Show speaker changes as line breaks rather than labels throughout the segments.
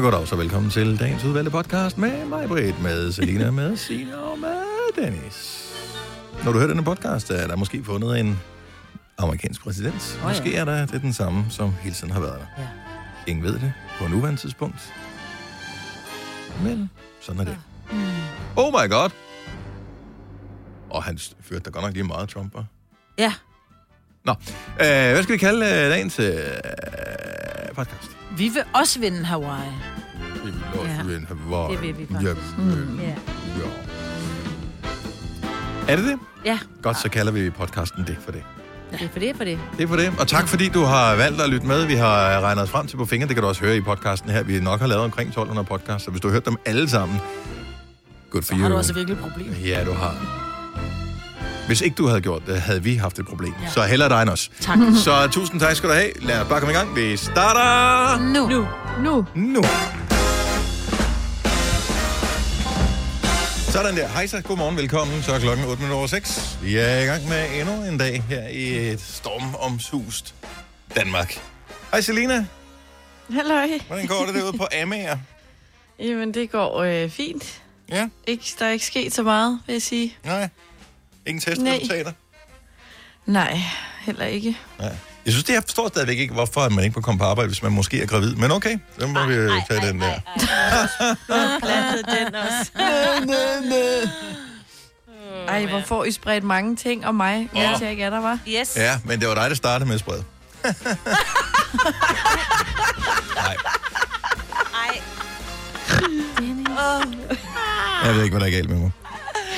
Goddag, så velkommen til dagens udvalgte podcast med mig, Britt, med Selina, med Sina og med Dennis. Når du hører denne podcast, er der måske fundet en amerikansk præsident.
Åh, ja.
Måske er der det er den samme, som hele tiden har været der.
Ja.
Ingen ved det på nuværende tidspunkt. Men sådan er det.
Ah.
Oh my god! Og han s- førte da godt nok lige meget, Trump, var.
Ja,
Nå, øh, hvad skal vi kalde øh, dagens øh, podcast?
vi vil også vinde Hawaii.
Det vil også
Ja.
vinde Hawaii.
Det vil vi
Ja,
faktisk. Mm,
øh,
Ja.
ja. Er det det?
Ja,
Godt, så kalder vi podcasten det for det.
det er for det, er for det.
Det er for det. Og tak fordi du har valgt at lytte med. Vi har regnet os frem til på fingre. Det kan du også høre i podcasten her. Vi nok har lavet omkring 1200 podcasts, så hvis du har hørt dem alle sammen, good for
Har du
you.
også virkelig et problem?
Ja, du har. Hvis ikke du havde gjort det, havde vi haft et problem. Ja. Så heller dig end os.
Tak.
Mm-hmm. Så tusind tak skal du have. Lad os bare komme i gang. Vi starter...
Nu. nu.
Nu.
nu. Sådan der. Hej så, godmorgen, velkommen. Så er klokken 8 minutter over 6. Vi er i gang med endnu en dag her i et stormomsust Danmark. Hej Selina,
Halløj.
hvordan går det derude på Amager?
Jamen, det går øh, fint.
Ja,
Ikke, der er ikke sket så meget, vil jeg sige.
nej. Ingen
Nej.
testresultater?
Nej, heller ikke.
Nej. Jeg synes, det jeg forstår stadigvæk ikke, hvorfor at man ikke må komme på arbejde, hvis man måske er gravid. Men okay, så må vi øh, tage den der.
Plantede den også. Ej, hvor får I spredt mange ting om mig, mens jeg ikke er der, var.
Yes.
Ja, men det var dig, der startede med at sprede. Nej. Jeg ved ikke, hvad der er galt med mig.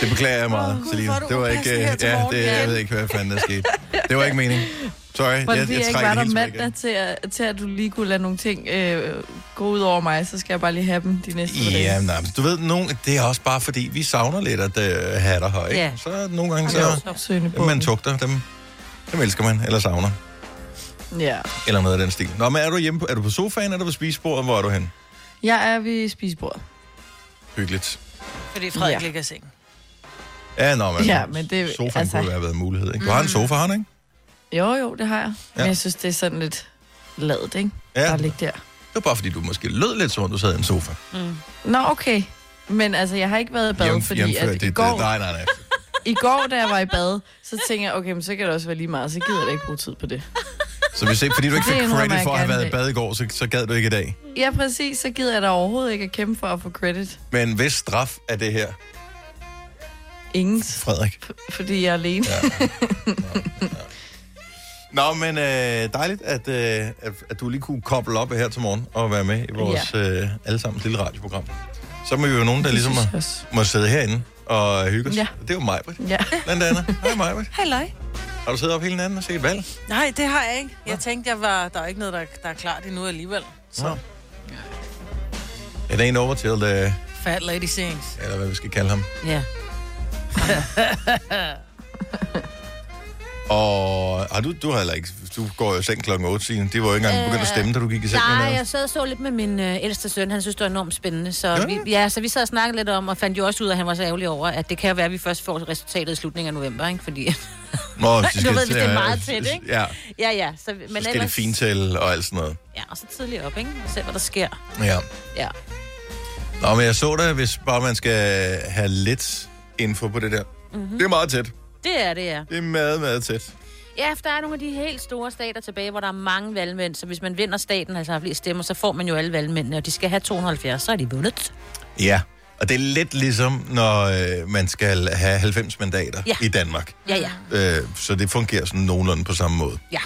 Det beklager jeg meget, oh, Selina. Det var ikke... øh, Ja, det, jeg ved ikke, hvad fanden der skete. Det var ikke meningen. Sorry, jeg,
Fordi
jeg,
jeg, ikke
trækker
var
det
der
helt tilbage igen.
mandag til at, til, at du lige kunne lade nogle ting øh, gå ud over mig, så skal jeg bare lige have dem de næste par
Ja,
dage.
nej, men altså, du ved, nogen, det er også bare fordi, vi savner lidt at øh, have dig her, ikke?
Ja.
Så nogle gange,
Så,
så
Søgende
dem,
på.
man tugter, dem, dem elsker man, eller savner,
Ja.
eller noget af den stil. Nå, men er du hjemme på, er du på sofaen, er du på spisebordet, hvor er du hen?
Jeg er ved spisebordet.
Hyggeligt.
Fordi Frederik
Ja.
ligger i sengen.
Ja, nå, men,
Ja, men det-
sofaen altså...
altså-
kunne
Mm.
jo have været en mulighed, ikke? Du har en sofa, har du, ikke?
Jo, jo, det har jeg. Ja.
Ja.
Men jeg synes, det er sådan lidt ladet, ikke?
Ja.
Bare ligge der.
Det var bare, fordi du måske lød lidt som om, du sad i en sofa.
Nå, okay. Men altså, jeg har ikke været i bad,
Jævnf-
fordi
jævnfør
at i,
dit, øh,
går,
Nej, nej, nej.
i går, da jeg var i bad, så tænkte jeg, okay, men så kan det også være lige meget, så gider jeg da ikke bruge tid på det.
Så hvis ikke, fordi du ikke
Det
fik
indrømmer
credit
jeg
for at have
gerne
været i
i
bad i går, så, så gad du ikke i dag.
Ja, præcis, så gider jeg da overhovedet ikke at kæmpe for at få credit.
Men hvis straf er det her,
Ingens,
Frederik?
f- fordi jeg er alene. Ja.
Nå, men øh, dejligt, at, øh, at, at du lige kunne koble op her til morgen og være med i vores ja. øh, allesammens lille radioprogram. Så må vi jo nogen, der ligesom må, må sidde herinde og hygge os. Ja.
Ja.
Det er jo mig, Britt.
ja.
Blandt andet. Hej, mig,
Halløj.
Har du siddet op hele natten og set valg?
Nej, det har jeg ikke. Jeg tænkte, jeg var, der er ikke noget, der, der er klart endnu alligevel. Så
Så. It ain't over till the,
fat lady sings.
eller hvad vi skal kalde ham.
Ja.
Og har du, du har heller ikke, du går jo i seng klokken 8, Signe. Det var jo ikke engang begyndt at stemme, da du gik i seng.
Øh, Nej,
med
jeg sad og så lidt med min øh, ældste søn. Han synes, det var enormt spændende. Så,
Ja.
ja. Vi, ja, så vi sad og snakkede lidt om, og fandt jo også ud af, at han var så ærgerlig over, at det kan jo være, at vi først får resultatet i slutningen af november, ikke? Fordi, Du
Nå, de
ved,
til
hvis det er
at-
meget tæt, ikke?
Ja,
ja, ja. Så, men
men så skal
ellers,
det fintælle og alt sådan noget.
Ja, og så tidligt op, ikke? Og se, hvad der sker.
Ja.
Ja.
Nå, men jeg så det, hvis bare man skal have lidt info på det der.
Mhm.
Mm-hmm. Det er meget tæt.
Det er det, ja.
Det er meget, meget tæt.
Ja, for der er nogle af de helt store stater tilbage, hvor der er mange valgmænd. Så hvis man vinder staten, altså har flere stemmer, så får man jo alle valgmændene, og de skal have 270, så er de vundet.
Ja, og det er lidt ligesom, når øh, man skal have 90 mandater
Ja.
i Danmark.
Ja, ja.
Øh, så det fungerer sådan nogenlunde på samme måde.
Ja.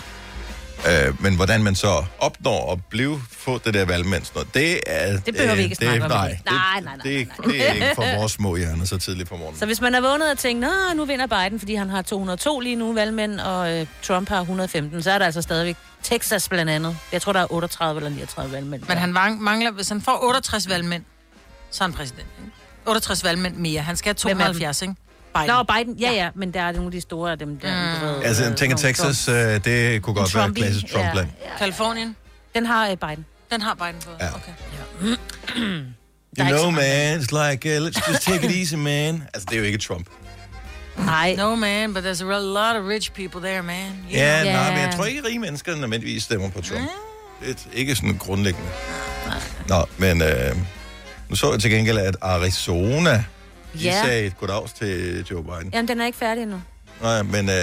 Øh, men hvordan man så opnår at blive få det der valgmænd, sådan noget, det er...
Det behøver vi ikke snakke om i
Nej,
dag.
det,
Nej, nej, nej,
Det, er ikke- det er ikke for vores små hjerner så tidligt på morgenen.
Så hvis man er vågnet og tænkt, at nu vinder Biden, fordi han har 202 lige nu valgmænd, og øh, Trump har 115, så er der altså stadigvæk Texas blandt andet. Jeg tror, der er 38 eller 39 valgmænd.
Men han vang- mangler, hvis han får 68 valgmænd, så er han præsident. ikke? 68 valgmænd mere. Han skal have
Hvem er den?
72, ikke? Biden.
Nå, Biden, ja, ja, men der er nogle af de store af dem, der... Mm. Ved,
Altså,
øh,
jeg tænker
Trump.
Texas, øh, det kunne godt være
Trumpy.
klassisk Trump-land.
Ja, ja.
Kalifornien,
Den har øh, Biden.
den har Biden på.
Ja.
Okay.
You
ikke
know,
så
man, it's like, uh, let's just take it easy, man. Altså, det er jo ikke Trump.
Nej, no.
No, man, but there's a real lot of rich people there, man. You
Ja, yeah,
Ja.
nej, men jeg tror ikke, rige mennesker nødvendigvis stemmer på Trump. Det er ikke sådan grundlæggende. Nå, men øh, nu så jeg til gengæld, at Arizona de
Ja.
sagde et goddags til Joe Biden.
Jamen, den er ikke færdig endnu.
Nej, men øh,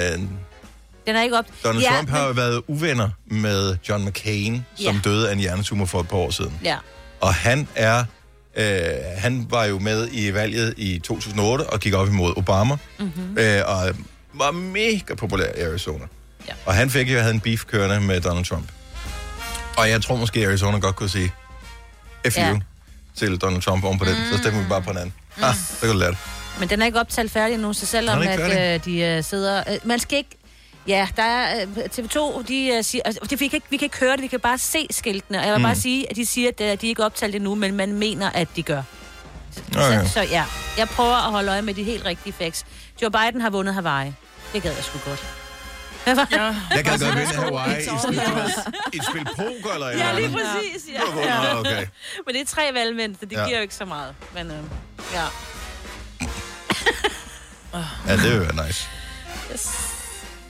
Den er ikke op.
Donald ja, Trump
men-
har jo været uvenner med John McCain, som
Ja.
døde af en hjernetumor for et par år siden.
Ja.
Og han er... Øh, han var jo med i valget i 2008 og gik op imod Obama.
Mhm.
Mm-hmm. Øh, og var mega populær i Arizona.
Ja.
Og han fik jo havde en beef kørende med Donald Trump. Og jeg tror måske, at Arizona godt kunne sige F
Ja.
ja. til Donald Trump oven på den. Så stemmer vi bare på hinanden. Mm. Ah, så kan du lære det.
Men den er ikke optalt færdig endnu, så selvom
Nå, den er ikke
at, øh, de øh, sidder... Øh, man skal ikke... Ja, der er øh, TV2, de øh, siger... Altså, det, vi, kan ikke, vi kan ikke høre det, vi kan bare se skiltene. Og jeg vil mm. bare sige, at de siger, at øh, de er ikke optalt endnu, men man mener, at de gør.
Nå, ja.
Så, så ja, jeg prøver at holde øje med de helt rigtige facts. Joe Biden har vundet Hawaii. Det gad jeg sgu godt. Hvad var det?
Ja.
Jeg kan
så
godt
er der
vinde
sgu
Hawaii i
lidt
et spil, et spil poker eller et eller
Ja, lige
andet.
præcis, ja.
Nå, Okay.
Men det er tre valgmænd, så det
Ja.
ja. giver jo ikke så meget. Men øh, ja.
Ja, det vil være nice.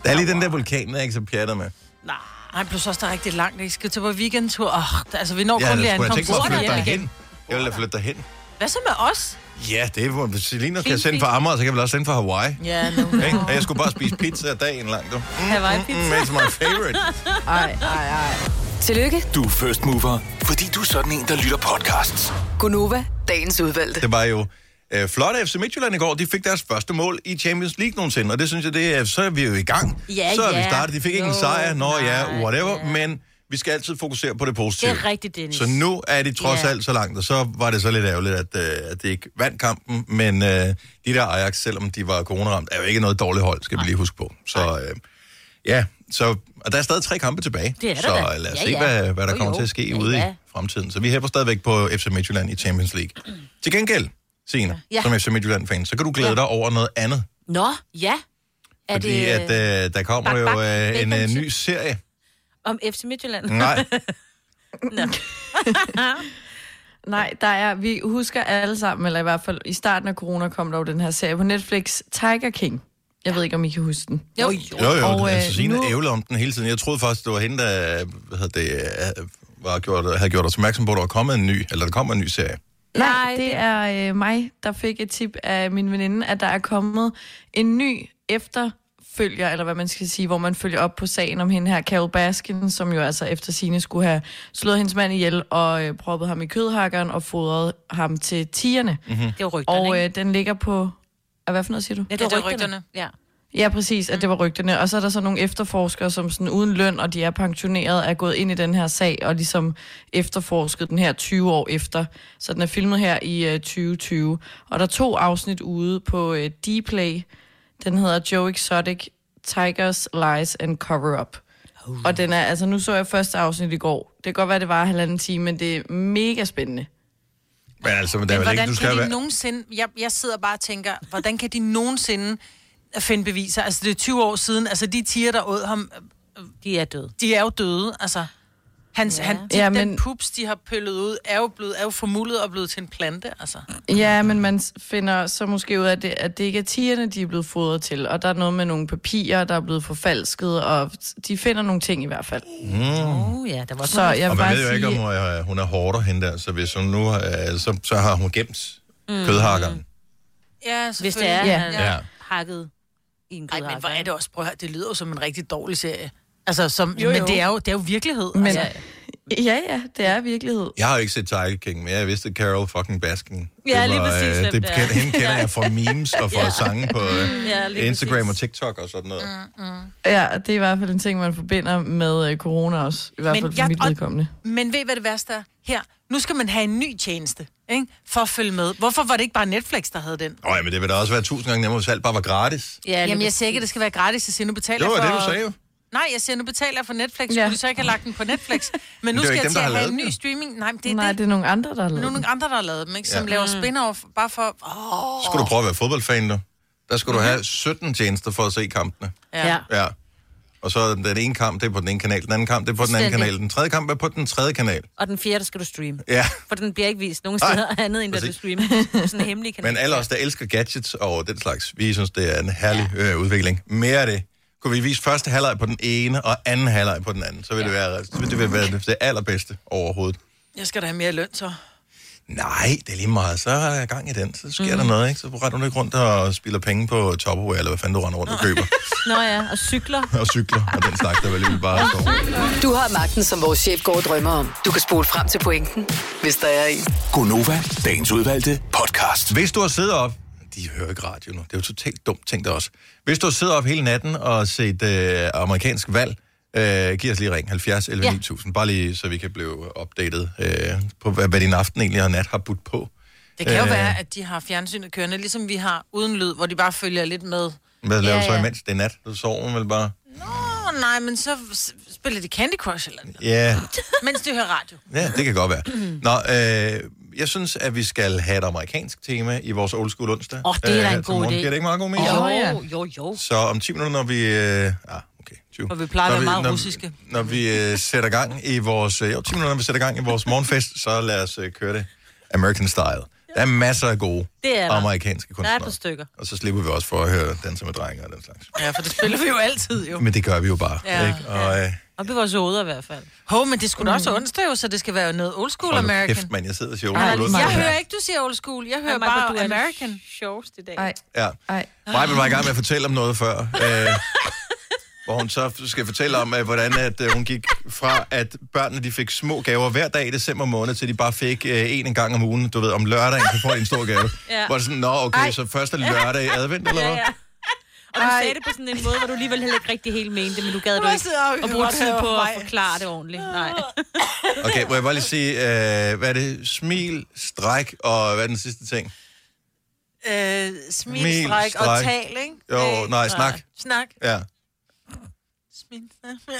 Der er lige den der vulkan, der er ikke så pjatter med.
Nej, nej, plus også der er rigtig langt. Ikke? Skal til på weekendtur. Oh, altså, vi når
Ja,
kun
det
lige
skulle
ankomme.
jeg tænke
Hurtigt
mig at flytte dig
hjem igen.
hen. Jeg vil da flytte dig hen.
Hvad så med os?
Ja, det er, hvor hvis Selina kan
Fint,
sende
fint.
fra Amager, så kan jeg vel også sende fra Hawaii.
Ja, nu.
Ikke? Og jeg skulle bare spise pizza dagen lang, du. Mm,
Hawaii-pizza.
Mm, it's my favorite.
Ej, ej, ej.
Tillykke,
Du er first mover, fordi du er sådan en, der lytter podcasts.
Gunova, dagens udvalgte.
Det var jo øh, flot af FC Midtjylland i går. De fik deres første mål i Champions League nogensinde, og det synes jeg, det er, så er vi jo i gang.
Ja,
så er vi
ja.
startet. De fik ikke en
Jo,
sejr. Nå ja,
nej,
whatever.
ja.
Men vi skal altid fokusere på det positive.
Det er rigtigt, Dennis.
Så nu er de trods
Ja.
alt så langt, og så var det så lidt ærgerligt, at, øh, at det ikke vandt kampen. Men øh, de der Ajax, selvom de var coronaramt, er jo ikke noget dårligt hold, skal vi lige huske på. Så øh, ja, så, og der er stadig tre kampe tilbage.
Det er der
så
da.
lad os
Ja,
se,
ja.
hvad, hvad der
Jo,
kommer
jo.
til at ske
Ja,
ude i
ja.
fremtiden. Så vi hæpper stadigvæk på FC Midtjylland i Champions League. Til gengæld, Signe, ja.
Ja.
som FC Midtjylland-fan, så kan du glæde dig over noget andet.
Nå, ja. Er
Fordi
det øh,
at, øh, der kommer
Bak,
jo
bak,
øh, en øh,
velkommen
ny serie.
om FC Midtjylland?
Nej,
Nå.
Nej, der er, vi husker alle sammen, eller i hvert fald i starten af corona kom der jo den her serie på Netflix, Tiger King. Jeg ved ikke, om I kan huske den.
Jo.
Jo, jo, og,
Og, øh,
altså, Signe
nu-
ævlede om den hele tiden. Jeg troede faktisk, det var hende, der øh, hvad hedder det, øh, var gjort, havde gjort os opmærksom på, at der var kommet en ny, eller der kommer en ny serie.
Nej, det er øh, mig, der fik et tip af min veninde, at der er kommet en ny efterfølger, eller hvad man skal sige, hvor man følger op på sagen om hende her, Carol Baskin, som jo altså efter sine skulle have slået hendes mand ihjel og øh, proppet ham i kødhakkeren og fodret ham til tierne. Mm-hmm.
Det var rygterne,
Og
ikke?
øh, den ligger på... Ah, Hvad for noget siger du?
Ja,
det var rygterne.
Ja.
Ja, præcis, at det var rygterne. Og så er der så nogle efterforskere, som sådan uden løn, og de er pensioneret, er gået ind i den her sag, og ligesom efterforsket den her 20 år efter. Så den er filmet her i øh, 2020. Og der er to afsnit ude på øh, D-Play. Den hedder Joe Exotic, Tigers, Lies and Cover-Up. Og den er, altså nu så jeg første afsnit i går. Det kan godt være, det var halvanden time, men det er mega spændende.
Men altså, men der er vel ikke,
Hvordan
du
kan
skal
de
være...
nogensinde... Jeg, jeg sidder bare og tænker, hvordan kan de nogensinde finde beviser? Altså, det er 20 år siden. Altså, de tiger, der åd ham,
De er døde.
de er jo døde. Altså, hans, ja. han, de, ja,
Ja,
men... den
men-
pups, de har pøllet ud, er jo, blevet, er jo formulet og blevet til en plante. Altså.
Ja, men man s- finder så måske ud af, at det, at det ikke er tierne, de er blevet fodret til, og der er noget med nogle papirer, der er blevet forfalsket, og de finder nogle ting i hvert fald.
Uh, ja, der var
Så
Mm.
jeg
Og man
vil bare
ved jo
sige,
ikke, om øh, hun er hårdere hende der, så hvis hun nu... Øh, så, så har hun gemt mm. kødhakkeren.
Ja,
Hvis det er,
Ja.
ja. han
Ja.
ja. hakket i en altså.
Ej,
kødhakke.
men hvor er det også, prøv at høre, det lyder jo som en rigtig dårlig serie. Altså, som, jo,
Jo,
jo. men
jo.
det er jo, det er jo virkelighed.
Men-
altså.
ja, ja, det er virkelighed.
Jeg har jo ikke set Tiger King, men jeg vidste, at Carol fucking Baskin...
Ja,
det
lige præcis, hvem
det,
det
det
er.
kend, Hende kender jeg fra memes og fra sange på øh,
Ja, lige
Instagram og
præcis.
TikTok og sådan noget.
Ja, det er i hvert fald en ting, man forbinder med øh, corona også, i hvert
Men
fald for
jeg-
mit
og-
vedkommende.
Men ved I, hvad det værste er? Her, nu skal man have en ny tjeneste, ikke? For at følge med. Hvorfor var det ikke bare Netflix, der havde den?
Nå, ja, men det vil da også være tusind gange nemmere, hvis alt bare var gratis.
Ja, lige
Jamen, jeg
præcis.
siger ikke, at det skal være gratis. Jeg siger, nu betaler
Det var
jeg for...
det, du sagde jo.
Nej, jeg siger, nu betaler jeg for Netflix. Ja.
Ja.
Skulle de så ikke have lagt den på Netflix? Men nu
det er
skal
jo ikke
jeg
dem,
til
der
at
har
have
lavet
en
den,
ny
jo.
streaming. Nej, men det er
Nej,
Nej,
det
det.
er nogle andre, der har
Nu er
lavet
nogle
det.
andre, der har lavet dem, ikke? Som
Ja.
ja. laver
Mm.
spin-off bare for... Åh,
skulle du prøve at være fodboldfan, du. Der skulle du have 17 tjenester for at se kampene.
ja.
Ja.
ja.
Ja. Og så er den ene kamp, det er på den ene kanal. Den anden kamp, det er på den anden
Fuldstændig.
kanal. Den tredje kamp er på den tredje kanal.
Og den fjerde skal du streame.
Ja.
For den bliver ikke vist nogen
Nej,
steder andet, end da du
præcis.
streamer. på Sådan en hemmelig kanal.
Men alle os, der elsker gadgets og den slags, vi synes, det er en herlig øh, udvikling. Mere af det. Kunne vi vise første halvleg på den ene, og anden halvleg på den anden, så ville det være, så ville det være det, det allerbedste overhovedet.
Jeg skal da have mere løn, så.
Nej, det er lige meget. Så er jeg gang i den. Så sker mm. der noget, ikke? Så retter du ikke rundt og spiller penge på Topperware, eller hvad fanden du render rundt og køber.
Nå ja, og cykler.
og cykler, og den slags, der vel lige bare står.
Du har magten, som vores chef går og drømmer om. Du kan spole frem til pointen, hvis der er en.
Gonova, dagens udvalgte podcast.
Hvis du har siddet op... De hører ikke radio nu. Det er jo totalt dumt, tænkte jeg også. Hvis du har siddet op hele natten og set øh, amerikansk valg, øh, giv os lige ring 70 11
Ja.
9000. Bare lige, så vi kan blive opdateret øh, på, hvad, hvad din aften egentlig og nat har budt på.
Det kan jo
Øh.
være, at de har fjernsynet kørende, ligesom vi har uden lyd, hvor de bare følger lidt med.
Hvad laver
Ja,
du så
ja.
imens? Det er nat. Du sover vel bare...
Åh, oh, nej, men så s- spiller de Candy Crush eller noget,
Ja,
mens de hører radio.
ja det kan godt være. Nå, øh, jeg synes, at vi skal have et amerikansk tema i vores old school onsdag.
Åh, det er da
her
en
til
god
morgen.
idé.
øh, Giver det ikke meget god mening?
Jo,
Nå, ja.
jo, jo.
Så om 10 minutter, når vi... Øh, ah, okay, 20.
Når vi plejer at være meget
når,
russiske.
Når vi øh, sætter gang i vores... Øh, jo, 10 minutter, når vi sætter gang i vores morgenfest, så lad os øh, køre det American Style. Der er masser af gode
Det er der.
amerikanske
Der er et
kunstnere.
par stykker.
Og så slipper vi også for at høre danser med drenge og den slags.
Ja, for det spiller vi jo altid, jo.
Men det gør vi jo bare,
Ja.
ikke? Og øh,
Og det var så ude i hvert fald. Mm.
Hov, men det skulle da også onsdag jo, så det skal være noget old school
hold nu
American.
kæft, mand, jeg sidder og siger...
Ej,
"Oh,
Maja.
Gud."
Jeg hører ikke, du siger old school. Jeg hører
Ej, Michael,
bare
du er det
American.
Sjovest i dag.
Ej,
Ja.
ej.
Maja var i gang med at fortælle om noget før, øh, hvor hun så skal fortælle om, øh, hvordan at, øh, hun gik fra, at børnene de fik små gaver hver dag i december måned, til de bare fik øh, en gang om ugen. Du ved, om lørdagen, så får de en stor gave.
Ja.
Hvor det sådan, nå okay, Ej. så første lørdag i advent, eller
Ja,
hvad?
ja. Og du
Ej.
sagde det på sådan en måde, hvor du alligevel heller ikke rigtig helt mente det, men du gad du
Jeg
ikke
sidder og
at bruge
hører
tid på
mig.
at forklare det ordentligt. Nej.
Okay, må jeg bare lige sige, øh, hvad er det? Smil, stræk, og hvad er den sidste ting?
Øh,
Mil,
smil, stræk og
streg.
tal, ikke?
Jo,
Øh,
nej, snak.
Snak.
Ja.
Smil, snak.
Det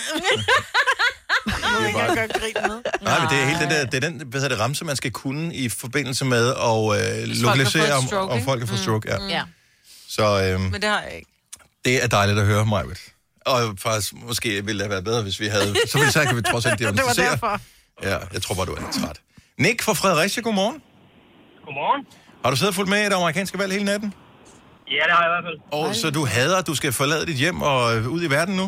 er
Jeg
bare...
kan godt grine med.
Nej, men det er hele den der, det er den, hvad hedder det, ramse, man skal kunne i forbindelse med at øh,
folk har
lokalisere,
fået
om,
stroke,
om
ikke? Mm.
folk har fået stroke. Ja.
Ja.
Så, øhm,
Men det har jeg ikke.
Det er dejligt at høre, Majbet. Og faktisk, måske ville det have været bedre, hvis vi havde... Øh, Så ville så kan vi trods alt
Det var
diagnostisere.
derfor.
Ja, jeg tror bare, du er lidt træt. Nick fra Fredericia, godmorgen.
Godmorgen.
Har du siddet og fulgt med i det amerikanske valg hele natten?
Ja, det har jeg i hvert fald.
Og så du hader, at du skal forlade dit hjem og øh, ud i verden nu?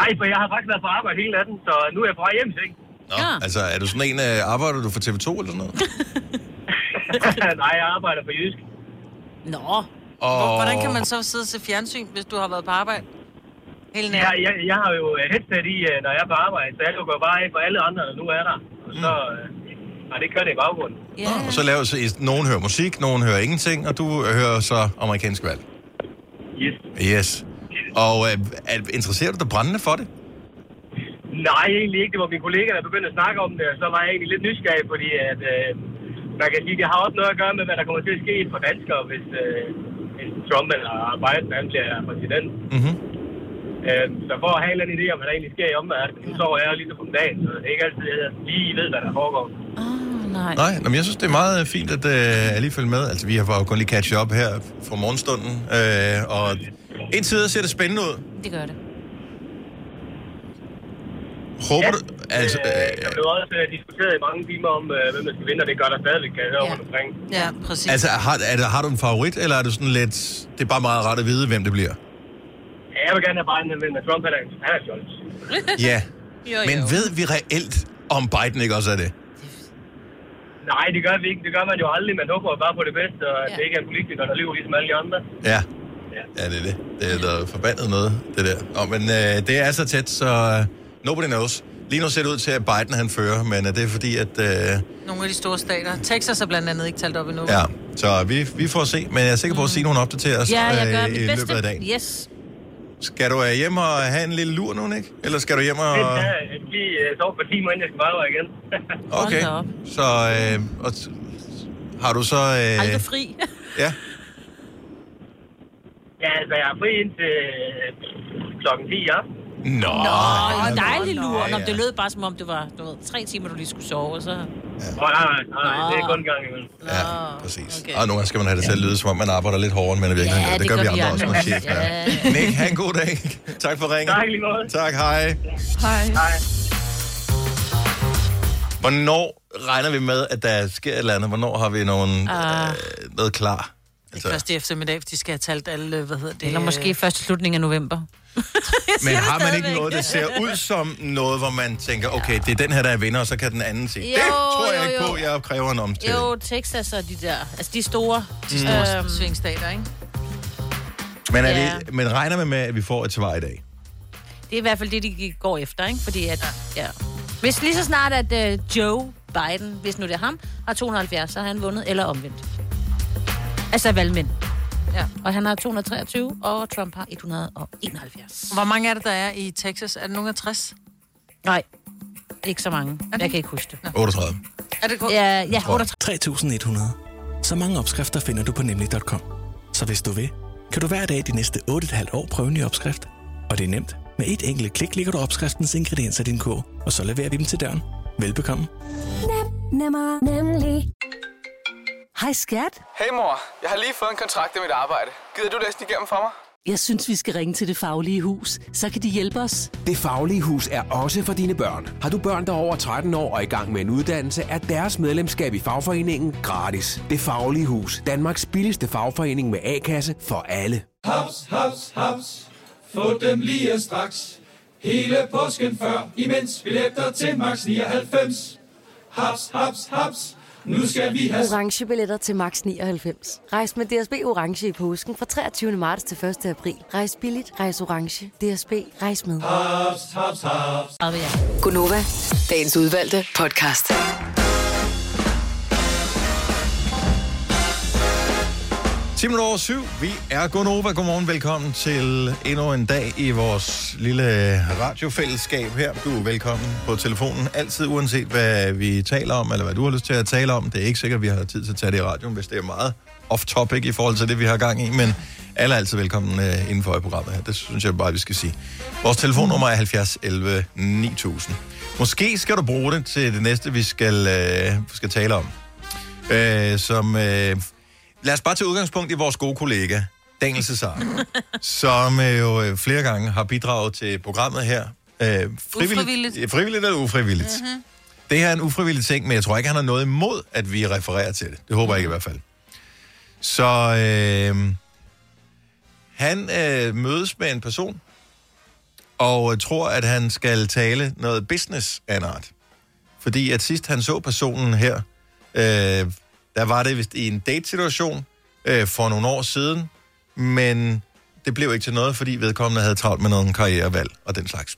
Nej, for jeg har faktisk været på arbejde hele natten, så nu er jeg på vej hjem, ikke?
Nå,
Ja.
altså er du sådan en, øh, arbejder du for TV2 eller sådan noget?
Nej, jeg arbejder på Jysk.
Nå.
Og,
Hvordan kan man så sidde og se fjernsyn, hvis du har været på arbejde? Hele
Jeg,
natten.
jeg, jeg har jo øh, headset i, øh, når jeg er på arbejde, så jeg lukker bare af for alle andre, der nu er der. Og så...
Mm.
Øh, nej, det kører det i baggrunden.
Ja.
Og så laver så, nogen hører musik, nogen hører ingenting, og du hører så amerikansk valg.
Yes.
Yes. Og øh, er, interesserer du dig brændende for det?
Nej, egentlig ikke. Det var mine kollegaer, der begyndte at snakke om det, og så var jeg egentlig lidt nysgerrig, fordi at, øh, man kan sige, det har også noget at gøre med, hvad der kommer til at ske for danskere, hvis, øh, hvis Trump eller Biden han bliver præsident.
Mhm.
Øh, så for at have en eller anden idé om, hvad der egentlig sker i omverdenen, nu sover jeg jo ligesom om dagen, så det er ikke altid, at jeg lige ved, hvad der foregår.
Ah, nej.
Nej, nå, men jeg synes, det er meget øh, fint at øh, lige følge med. Altså, vi har jo kun lige catch up her fra morgenstunden. Øh, og indtil videre ser det spændende ud.
Det gør det.
Håber du...
Altså,
Altså,
øh, der
øh,
blev også øh, diskuteret i mange timer om, øh, hvem der skal vinde, og det gør der stadigvæk, kan jeg høre
Ja.
rundt omkring.
Ja, præcis.
altså har, er der, har du en favorit, eller er du sådan lidt... Det er bare meget rart at vide, hvem det bliver.
Ja, Jeg vil gerne have Biden, men Trump han er, han er Scholz.
Ja.
Jo, jo.
Men ved vi reelt, om Biden ikke også er det?
Nej, det gør vi ikke. Det gør man jo aldrig. Man håber jo bare på det bedste, og ja.
Ja.
det ikke er en politiker, der lyver ligesom alle de andre.
Ja. Ja, det er det. Det er der forbandet noget, det der. Nå, men øh, det er så tæt, så øh, nobody knows. Lige nu ser det ud til, at Biden han fører, men øh, det er fordi, at... Øh,
Nogle af de store stater. Texas er blandt andet ikke talt op endnu.
Ja, så vi, vi får se, men jeg er sikker på, at Signe hun opdaterer os
Mm. Ja, jeg gør
øh, i
mit
løbet af
bedste.
dagen. Mm.
Yes.
Skal du øh, hjem og have en lille lur nu, ikke? Eller skal du hjem og...
Det er jeg skal lige øh, sove på timer, inden jeg skal bare arbejde igen.
Okay,
Hold da op.
så øh, og, t- har du så... Øh,
Aldrig fri.
ja,
ja, altså, jeg er fri indtil øh, klokken 10 i aften.
nå.
Åh,
ja,
en dejlig lur.
ja,
Nå,
ja.
det lød bare som om, det var du ved, tre timer, du lige skulle sove, og så...
Åh, nej, nej, nej, det er kun en gang imellem.
Ja, præcis. Okay.
okay.
Og nogle gange skal man have det til at lyde, som om man arbejder lidt hårdere, end man i virkeligheden
Ja,
gør.
det gør vi
også, når
andre.
chef er.
Ja.
Nick, have en god dag. tak for ringen.
Tak i lige måde.
Tak, hej.
Hej.
Hej.
Ah.
Ah,
Hvornår regner vi med, at der sker et eller andet? Hvornår har vi nogen, uh. øh, noget klar?
Det er først i eftermiddag, fordi de skal have talt alle, øh, hvad hedder det?
Eller måske først i slutningen af november.
Men har man ikke noget, der ser ud som noget, hvor man tænker, okay, det er den her, der er vinder, og så kan den anden sige, det
Jo,
tror jeg
jo,
ikke
jo.
på, jeg kræver en omstilling.
Jo, Texas og de der, altså de store.
Mm.
De store øhm. svingstater, ikke?
Men, er
Ja.
det, men regner man med, at vi får et svar i dag?
Det er i hvert fald det, de går efter, ikke? Fordi at, ja. Hvis lige så snart, at øh, Joe Biden, hvis nu det er ham, har 270, så har han vundet eller omvendt. Altså valgmænd.
Ja.
Og han har 223, og Trump har 171.
Hvor mange er det, der er i Texas? Er det nogen af 60?
Nej, ikke så mange. Jeg kan ikke huske det.
38.
Er det kun?
Ja, ja, 38.
3.100. Så mange opskrifter finder du på nemlig.com. Så hvis du vil, kan du hver dag de næste 8,5 år prøve en ny opskrift. Og det er nemt. Med et enkelt klik ligger du opskriftens ingredienser i din kog, og så leverer vi dem til døren. Velbekomme.
Nemmer, nemlig. Hej skat,
Hey mor, jeg har lige fået en kontrakt med mit arbejde. Gider du læse den igennem for mig?
jeg synes vi skal ringe til Det Faglige Hus. Så kan de hjælpe os.
Det Faglige Hus er også for dine børn. Har du børn, der er over 13 år og i gang med en uddannelse, er deres medlemskab i fagforeningen gratis. Det Faglige Hus. Danmarks billigste fagforening med A-kasse for alle.
Haps, haps, haps. Få dem lige straks. Hele påsken før, imens billetter til max 99. Haps, haps, haps. Nu skal vi have...
orange billetter til max 99. Rejs med DSB orange i påsken fra 23. marts til 1. april. Rejs billigt, rejs orange. DSB rejs med.
Haps, haps, haps.
Gunova, dagens udvalgte podcast.
Timen over syv. Vi er Gonova. Godmorgen. Velkommen til endnu en dag i vores lille radiofællesskab her. Du er velkommen på telefonen. Altid uanset hvad vi taler om, eller hvad du har lyst til at tale om. Det er ikke sikkert, at vi har tid til at tage det i radioen, hvis det er meget off-topic i forhold til det, vi har gang i. Men alle er altid velkommen øh, inden for i programmet her. Det synes jeg bare, vi skal sige. Vores telefonnummer er 70 11 9000. Måske skal du bruge det til det næste, vi skal, øh, skal tale om. Øh, som øh, Lad os bare tage udgangspunkt i vores gode kollega, Daniel Cesar, som øh, jo øh, flere gange har bidraget til programmet her. Øh, frivilligt,
Ufrivilligt.
Ja, frivilligt eller ufrivilligt.
Mhm.
Mm-hmm. Det her er en ufrivillig ting, men jeg tror ikke, han har noget imod, at vi refererer til det. Det håber jeg ikke i hvert fald. Så øh, han øh, mødes med en person, og øh, tror, at han skal tale noget business af en art. Fordi at sidst han så personen her, øh, der var det vist i en datesituation øh, for nogle år siden, men det blev ikke til noget, fordi vedkommende havde travlt med noget karrierevalg og den slags.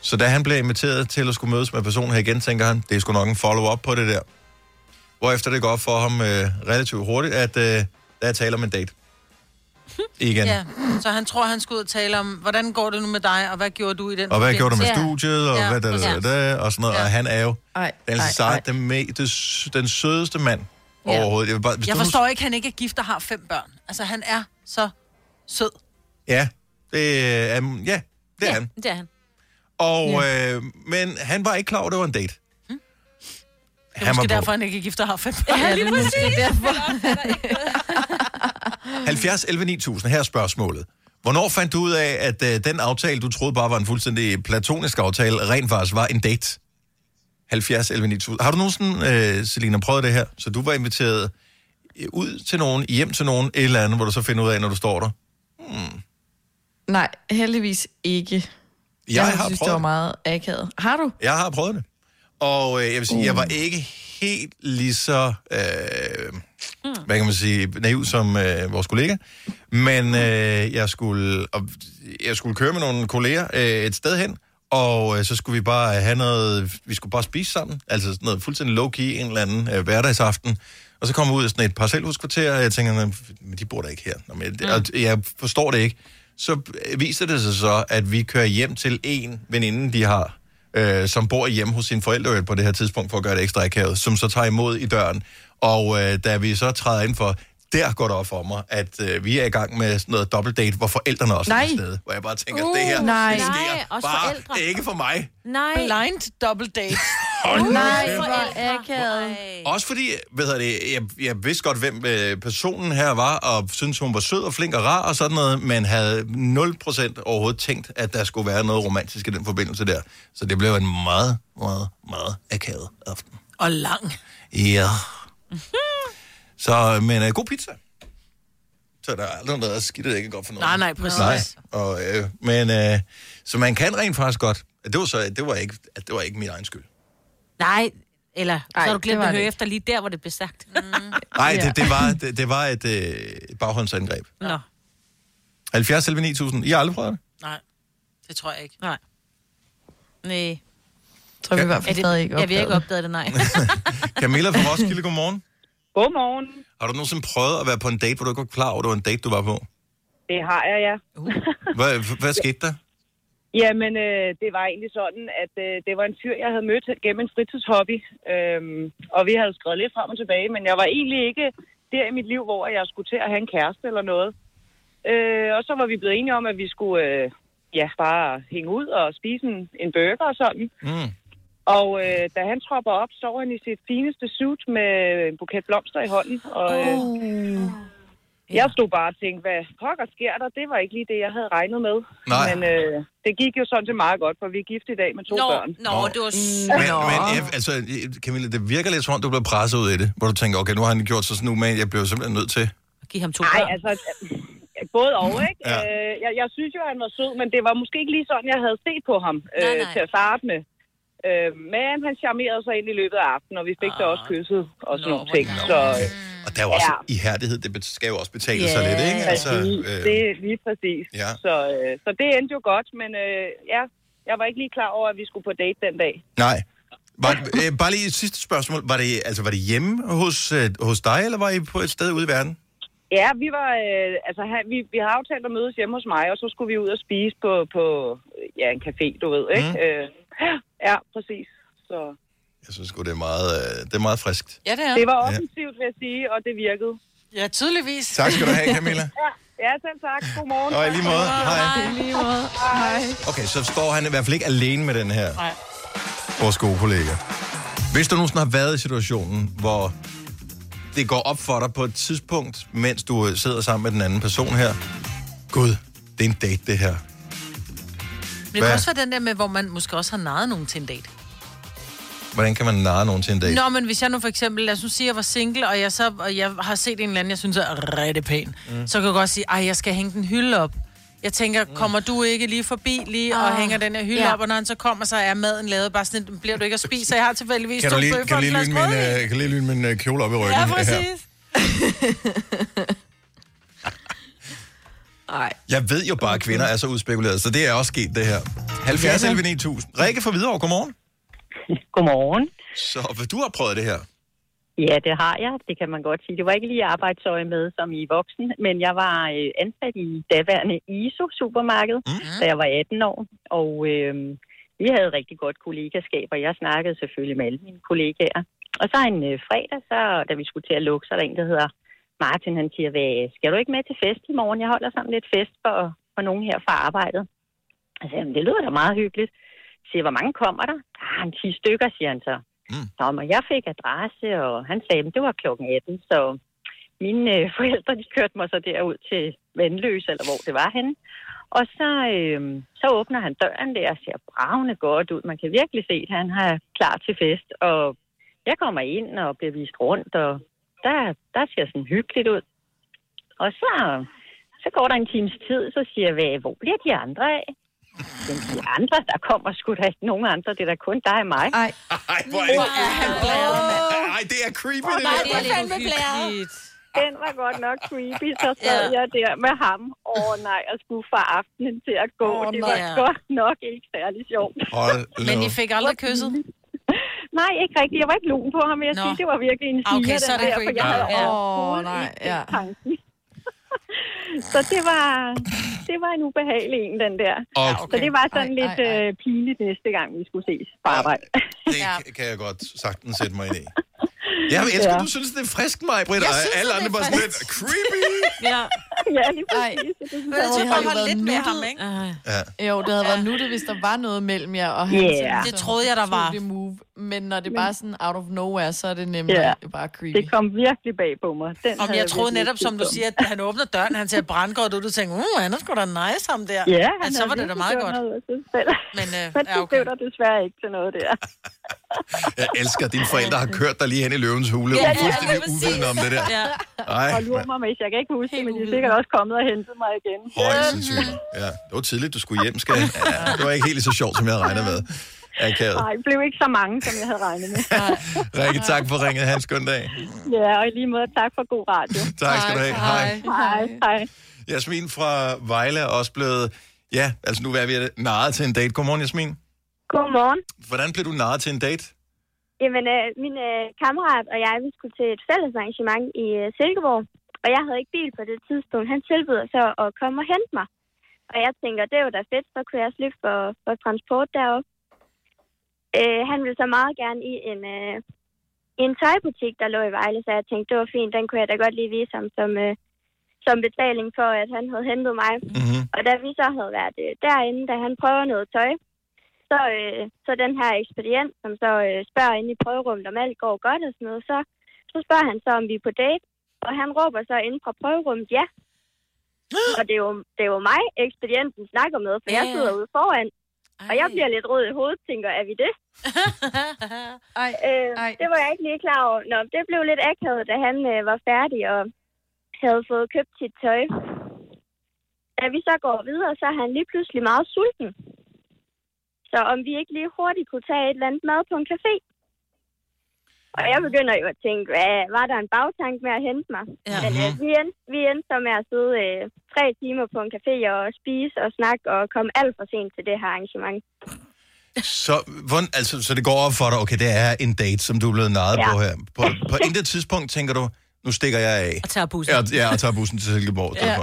Så da han blev inviteret til at skulle mødes med personen her igen, tænker han, det er sgu nok en follow-up på det der. Hvorefter det går op for ham øh, relativt hurtigt, at øh, der er tale om en date. Igen.
Ja, så han tror, han skal ud og tale om, hvordan går det nu med dig, og hvad gjorde du i den
Og hvad gjorde du med
forbindelse?
studiet, og
Ja,
hvad der, der,
præcis.
der, og sådan noget. Og han er jo
Ej,
den,
ej,
sej,
ej.
den, me, den, s- den sødeste mand overhovedet. Jeg, vil bare, hvis
Jeg
du nu-
forstår ikke, at han ikke er gift og har fem børn. Altså, han er så sød.
Ja, det er, um, ja, det er han.
Det er han.
Og, øh, men han var ikke klar over, at det var en date.
Det er
Han var
måske
på.
derfor, han ikke er gift og har fem børn.
Ja, lige det er måske præcis.
derfor.
70 11 9000, her er spørgsmålet. Hvornår fandt du ud af, at øh, den aftale, du troede bare var en fuldstændig platonisk aftale, rent faktisk var en date? 70 11 9000. Har du nogensinde, øh, Selina, prøvet det her? Så du var inviteret øh, ud til nogen, hjem til nogen, et eller andet, hvor du så finder ud af, når du står der.
Nej, heldigvis ikke. Jeg,
har prøvet
synes, det var
det.
meget akavet. Har du?
Jeg har prøvet det. Og øh, jeg vil sige, jeg var ikke helt lige så, øh, hvad kan man sige, naiv som øh, vores kollega. Men øh, jeg, skulle, og, jeg skulle køre med nogle kolleger øh, et sted hen, og øh, så skulle vi bare have noget, vi skulle bare spise sammen. Altså sådan noget fuldstændig low-key en eller anden øh, hverdagsaften. Og så kommer vi ud af sådan et parcelhuskvarter, og jeg tænker, "Nå, men de bor da ikke her. Nå, men, mm. og, jeg forstår det ikke. Så viser det sig så, at vi kører hjem til en veninde, de har, øh, som bor hjemme hos sine forældre på det her tidspunkt, for at gøre det ekstra akavet, som så tager imod i døren. Og øh, da vi så træder ind for, der går det op for mig, at øh, vi er i gang med sådan noget dobbeltdate, hvor forældrene også er
Nej.
til stede. Hvor jeg bare tænker,
Uh,
det her,
nej.
det sker
Nej, også
bare
forældre.
ikke for mig.
Nej.
Blind double date.
Hold nu
Nej,
kæft.
hvor er akavet.
Øh.
Også fordi, hvad hedder det, jeg, jeg vidste godt, hvem øh, personen her var, og syntes, hun var sød og flink og rar og sådan noget, men havde 0% overhovedet tænkt, at der skulle være noget romantisk i den forbindelse der. Så det blev en meget, meget, meget akavet aften.
Og lang.
Ja. Så, men øh, god pizza. Så der er aldrig noget, der skidt, det ikke er godt for noget.
Nej, nej, præcis.
Nej. Og, øh, men, øh, så man kan rent faktisk godt. Det var, så, det var, ikke, det var ikke min egen skyld.
Nej, eller Ej, så har du
det
glemt
var
at høre
det.
efter lige der, hvor det blev sagt.
Nej, det, det, var, det, det var et øh, baghåndsangreb.
Nå,
70 selv 9000. I har aldrig prøvet det?
nej. Det tror jeg ikke.
Nej. nej.
Tror vi i hvert
Er
fald
det-
stadig ikke
Ja, vi har ikke
opdaget
opdaget det, nej.
Camilla fra Roskilde, godmorgen.
Godmorgen.
Har du nogensinde prøvet at være på en date, hvor du ikke var klar over, at det var en date, du var på?
Det har jeg, ja.
Hvad, hvad skete der?
Jamen, øh, det var egentlig sådan, at øh, det var en fyr, jeg havde mødt gennem en fritidshobby. Øhm, og vi havde skrevet lidt frem og tilbage, men jeg var egentlig ikke der i mit liv, hvor jeg skulle til at have en kæreste eller noget. Øh, og så var vi blevet enige om, at vi skulle øh, ja, bare hænge ud og spise en, en burger og sådan.
Mm.
Og øh, da han tropper op, står han i sit fineste suit med en buket blomster i hånden. Og, øh, Jeg stod bare og tænkte, hvad pokker sker der? Det var ikke lige det, jeg havde regnet med.
Nej.
Men øh, det gik jo sådan set meget godt, for vi er gift i dag med to
Nå,
børn.
nå,
Nå.
det var... s-
Men, men jeg- altså, Camilla, det virker lidt som om, du blev presset ud af det, hvor du tænker, okay, nu har han gjort sig sådan umage, jeg bliver simpelthen nødt til.
Giv ham to
Nej,
børn.
altså, øh, både og, ikke?
Ja.
Ja. Øh, jeg, jeg synes jo, han var sød, men det var måske ikke lige sådan, jeg havde set på ham øh,
Nej, nej.
til at starte med. Øh, men han charmerede sig ind i løbet af aftenen, og vi fik ah. da også kysset og sådan nogle ting. Så, øh,
Og der er jo også
Ja.
ihærdighed, det bet- skal jo også betale sig lidt, ikke? Altså, øh,
præcis. det er lige præcis.
ja.
Så, øh, så det endte jo godt, men øh, ja, jeg var ikke lige klar over, at vi skulle på date den dag.
Nej. Var, øh, bare lige et sidste spørgsmål. Var det, altså, var det hjemme hos, øh, hos dig, eller var I på et sted ude i verden?
Ja, vi var, øh, altså, han, vi, vi har aftalt at mødes hjemme hos mig, og så skulle vi ud og spise på, på øh, ja, en café, du ved, ikke?
Mm.
Mm. Øh, ja, præcis. Så.
Jeg synes sgu, det er meget, øh, det er meget friskt.
Ja, det er.
Det var
Ja.
offensivt, vil jeg sige, og det virkede.
Ja, tydeligvis.
Tak skal du have, Camilla.
Ja, ja selv tak. Godmorgen.
Og i lige måde. Hej.
I lige måde. Hej.
Okay, så står han i hvert fald ikke alene med den her,
Nej.
vores gode kollega. Hvis du nogensinde har været i situationen, hvor det går op for dig på et tidspunkt, mens du øh, sidder sammen med den anden person her. Gud, det er en date, det her.
Men det
Hvad?
kan også være den der med, hvor man måske også har naret nogen til en date.
Hvordan kan man narre nogen til en date?
Nå, men hvis jeg nu for eksempel, lad os nu sige, at jeg var single, og jeg, så, og jeg har set en eller anden, jeg synes er rigtig pæn,
Mm. Mm.
mm. så kan jeg godt sige, ej, jeg skal hænge den hylde op. Jeg tænker, kommer du ikke lige forbi lige og
Ah,
hænger den her hylde
ja.
op, og når han så kommer, så er maden lavet bare sådan, lidt, bliver du ikke at spise, så jeg har tilfældigvis
Kan
to
du lige,
bøffer
kan
og
du
en
lige
flaske
lyne min, øh, kan du lige lyne min øh, kjole op i ryggen?
Ja,
her?
præcis.
Nej.
Jeg ved jo bare, at kvinder er så udspekuleret, så det er også sket det her. 70 11 9000. Rikke fra Hvidovre, godmorgen.
Godmorgen.
Så hvad, du har prøvet det her?
Ja, det har jeg. Det kan man godt sige. Det var ikke lige arbejdstøj med som i voksen, men jeg var øh, ansat i daværende ISO-supermarked, mm. da jeg var 18 år. Og øh, vi havde rigtig godt kollegaskab, og jeg snakkede selvfølgelig med alle mine kollegaer. Og så en øh, fredag, så, da vi skulle til at lukke, så er der en, der hedder Martin, han siger, Hvad, skal du ikke med til fest i morgen? Jeg holder sådan lidt fest for, for nogen her fra arbejdet. Jeg sagde, "Jamen, det lyder da meget hyggeligt. Jeg siger, hvor mange kommer der? Ah, en 10 stykker, siger han så.
Mm.
Nå, men jeg fik adresse, og han sagde, at det var klokken 18, så mine øh, forældre, de kørte mig så derud til Vandløs, eller hvor det var henne. Og så, øh, så åbner han døren der og ser bravende godt ud. Man kan virkelig se, at han er klar til fest. Og jeg kommer ind og bliver vist rundt, og der, der ser sådan hyggeligt ud. Og så, så går der en times tid, så siger jeg, "Hvad, hvor bliver de andre af? Men de andre, der kommer sgu da ikke nogen andre. Det er da kun dig og mig.
Ej,
Ej, hvor
er
han
blæret,
Ej, det er creepy, det
Nej,
der.
det er fandme blæret. Den var godt nok creepy, så sad
Ja.
jeg der med ham. Åh oh, nej, og skulle fra aftenen til at gå.
Åh,
Oh, det var
nej.
godt nok ikke særlig sjovt.
Hold
Men I fik aldrig kysset?
Nej, ikke rigtigt. Jeg var ikke lun på ham, men jeg
Nå.
sige, det var virkelig en siger,
Okay, så er
den
det
der, for
creepy.
jeg havde
Ja.
overhovedet
Åh, nej,
ikke
ja.
tanken. så det var, det var en ubehagelig en, den der.
Og-
Så det var sådan lidt øh, pinligt næste gang, vi skulle ses på arbejde.
Det kan jeg godt sagtens sætte mig ind i. Jeg elsker,
Ja.
du synes, det er frisk, mig, Britt,
Jeg
og
synes,
alle
det er
andre bare sådan lidt creepy.
Ja.
ja, lige præcis. Det synes jeg
Men
var
det
uheldigt.
har været lidt med ham, ikke?
Ah.
Ja.
Jo, det havde været nuttet, hvis der var noget mellem jer og han.
Ja.
sådan,
Det
så
troede jeg, der
tog
var.
Det move. Men når det bare er sådan out of nowhere, så er det nemlig
Ja.
bare creepy.
Det kom virkelig bag på mig. Den
Om
havde
jeg troede
virkelig
netop,
ikke
som du
set
siger, at han åbner døren, han ser brandgodt ud, du tænker, uh, han er sgu da nice ham der.
Ja, han
Men så
havde
var det da
virkelig
meget
gjort
godt.
noget ud af sig selv.
Men, øh,
Men
ja,
det
okay.
blev der desværre ikke til noget der.
Jeg elsker, at dine forældre har kørt dig lige hen i løvens hule. Ja,
Ja,
ja,
ja,
ja, fuldstændig
præcis.
uvidende om det der.
Ja.
Ej,
og lurer
mand.
mig, hvis jeg kan ikke huske det, men de er sikkert også kommet og hentet mig igen.
Højst sandsynligt. Ja, det var tidligt, du skulle hjem, skal jeg. ja, Det var ikke helt så sjovt, som jeg havde regnet med. Akavet.
Nej, det blev ikke så mange, som jeg havde regnet med.
Rikke, tak for ringet. Ha' en skøn dag.
ja, og i lige måde tak for god radio.
Tak skal du have. Hej.
Hej. Hej.
Jasmin fra Vejle er også blevet... Ja, altså nu er vi narret til en date. Godmorgen, Jasmin.
Godmorgen.
Hvordan blev du narret til en date?
Jamen, øh, min øh, kammerat og jeg, vi skulle til et fælles arrangement i øh, Silkeborg. Og jeg havde ikke bil på det tidspunkt. Han tilbyder så at komme og hente mig. Og jeg tænker, det var da fedt, så kunne jeg slippe for, for transport derop. Øh, han ville så meget gerne i en, øh, i en tøjbutik, der lå i Vejle, så jeg tænkte, det var fint, den kunne jeg da godt lige vise ham som, øh, som betaling for, at han havde hentet mig.
Mm-hmm.
Og da vi så havde været øh, derinde, da han prøver noget tøj, så, øh, så den her ekspedient, som så øh, spørger inde i prøverummet, om alt går godt og sådan noget, så, så spørger han så, om vi er på date, og han råber så inde fra prøverummet, ja. Og det er jo, det er jo mig, ekspedienten snakker med, for jeg
Ja.
sidder ude foran. Og jeg bliver lidt rød i hovedet, tænker, er vi det? ej, øh, Det var jeg ikke lige klar over. Nå, det blev lidt akavet, da han øh, var færdig og havde fået købt sit tøj. Da vi så går videre, så er han lige pludselig meget sulten. Så om vi ikke lige hurtigt kunne tage et eller andet mad på en café. Og jeg begynder jo at tænke, hvad var der en bagtank med at hente mig? Ja. Men øh, vi, endte, vi endte så med at sidde øh, tre timer på en café og spise og snakke og komme alt for sent til det her arrangement.
Så, hvordan, altså, så det går op for dig, okay, det er en date, som du er blevet narret
Ja.
på her. På, på intet tidspunkt tænker du, nu stikker jeg af.
Og tager bussen.
Ja, ja og tager bussen til Silkeborg. Ja.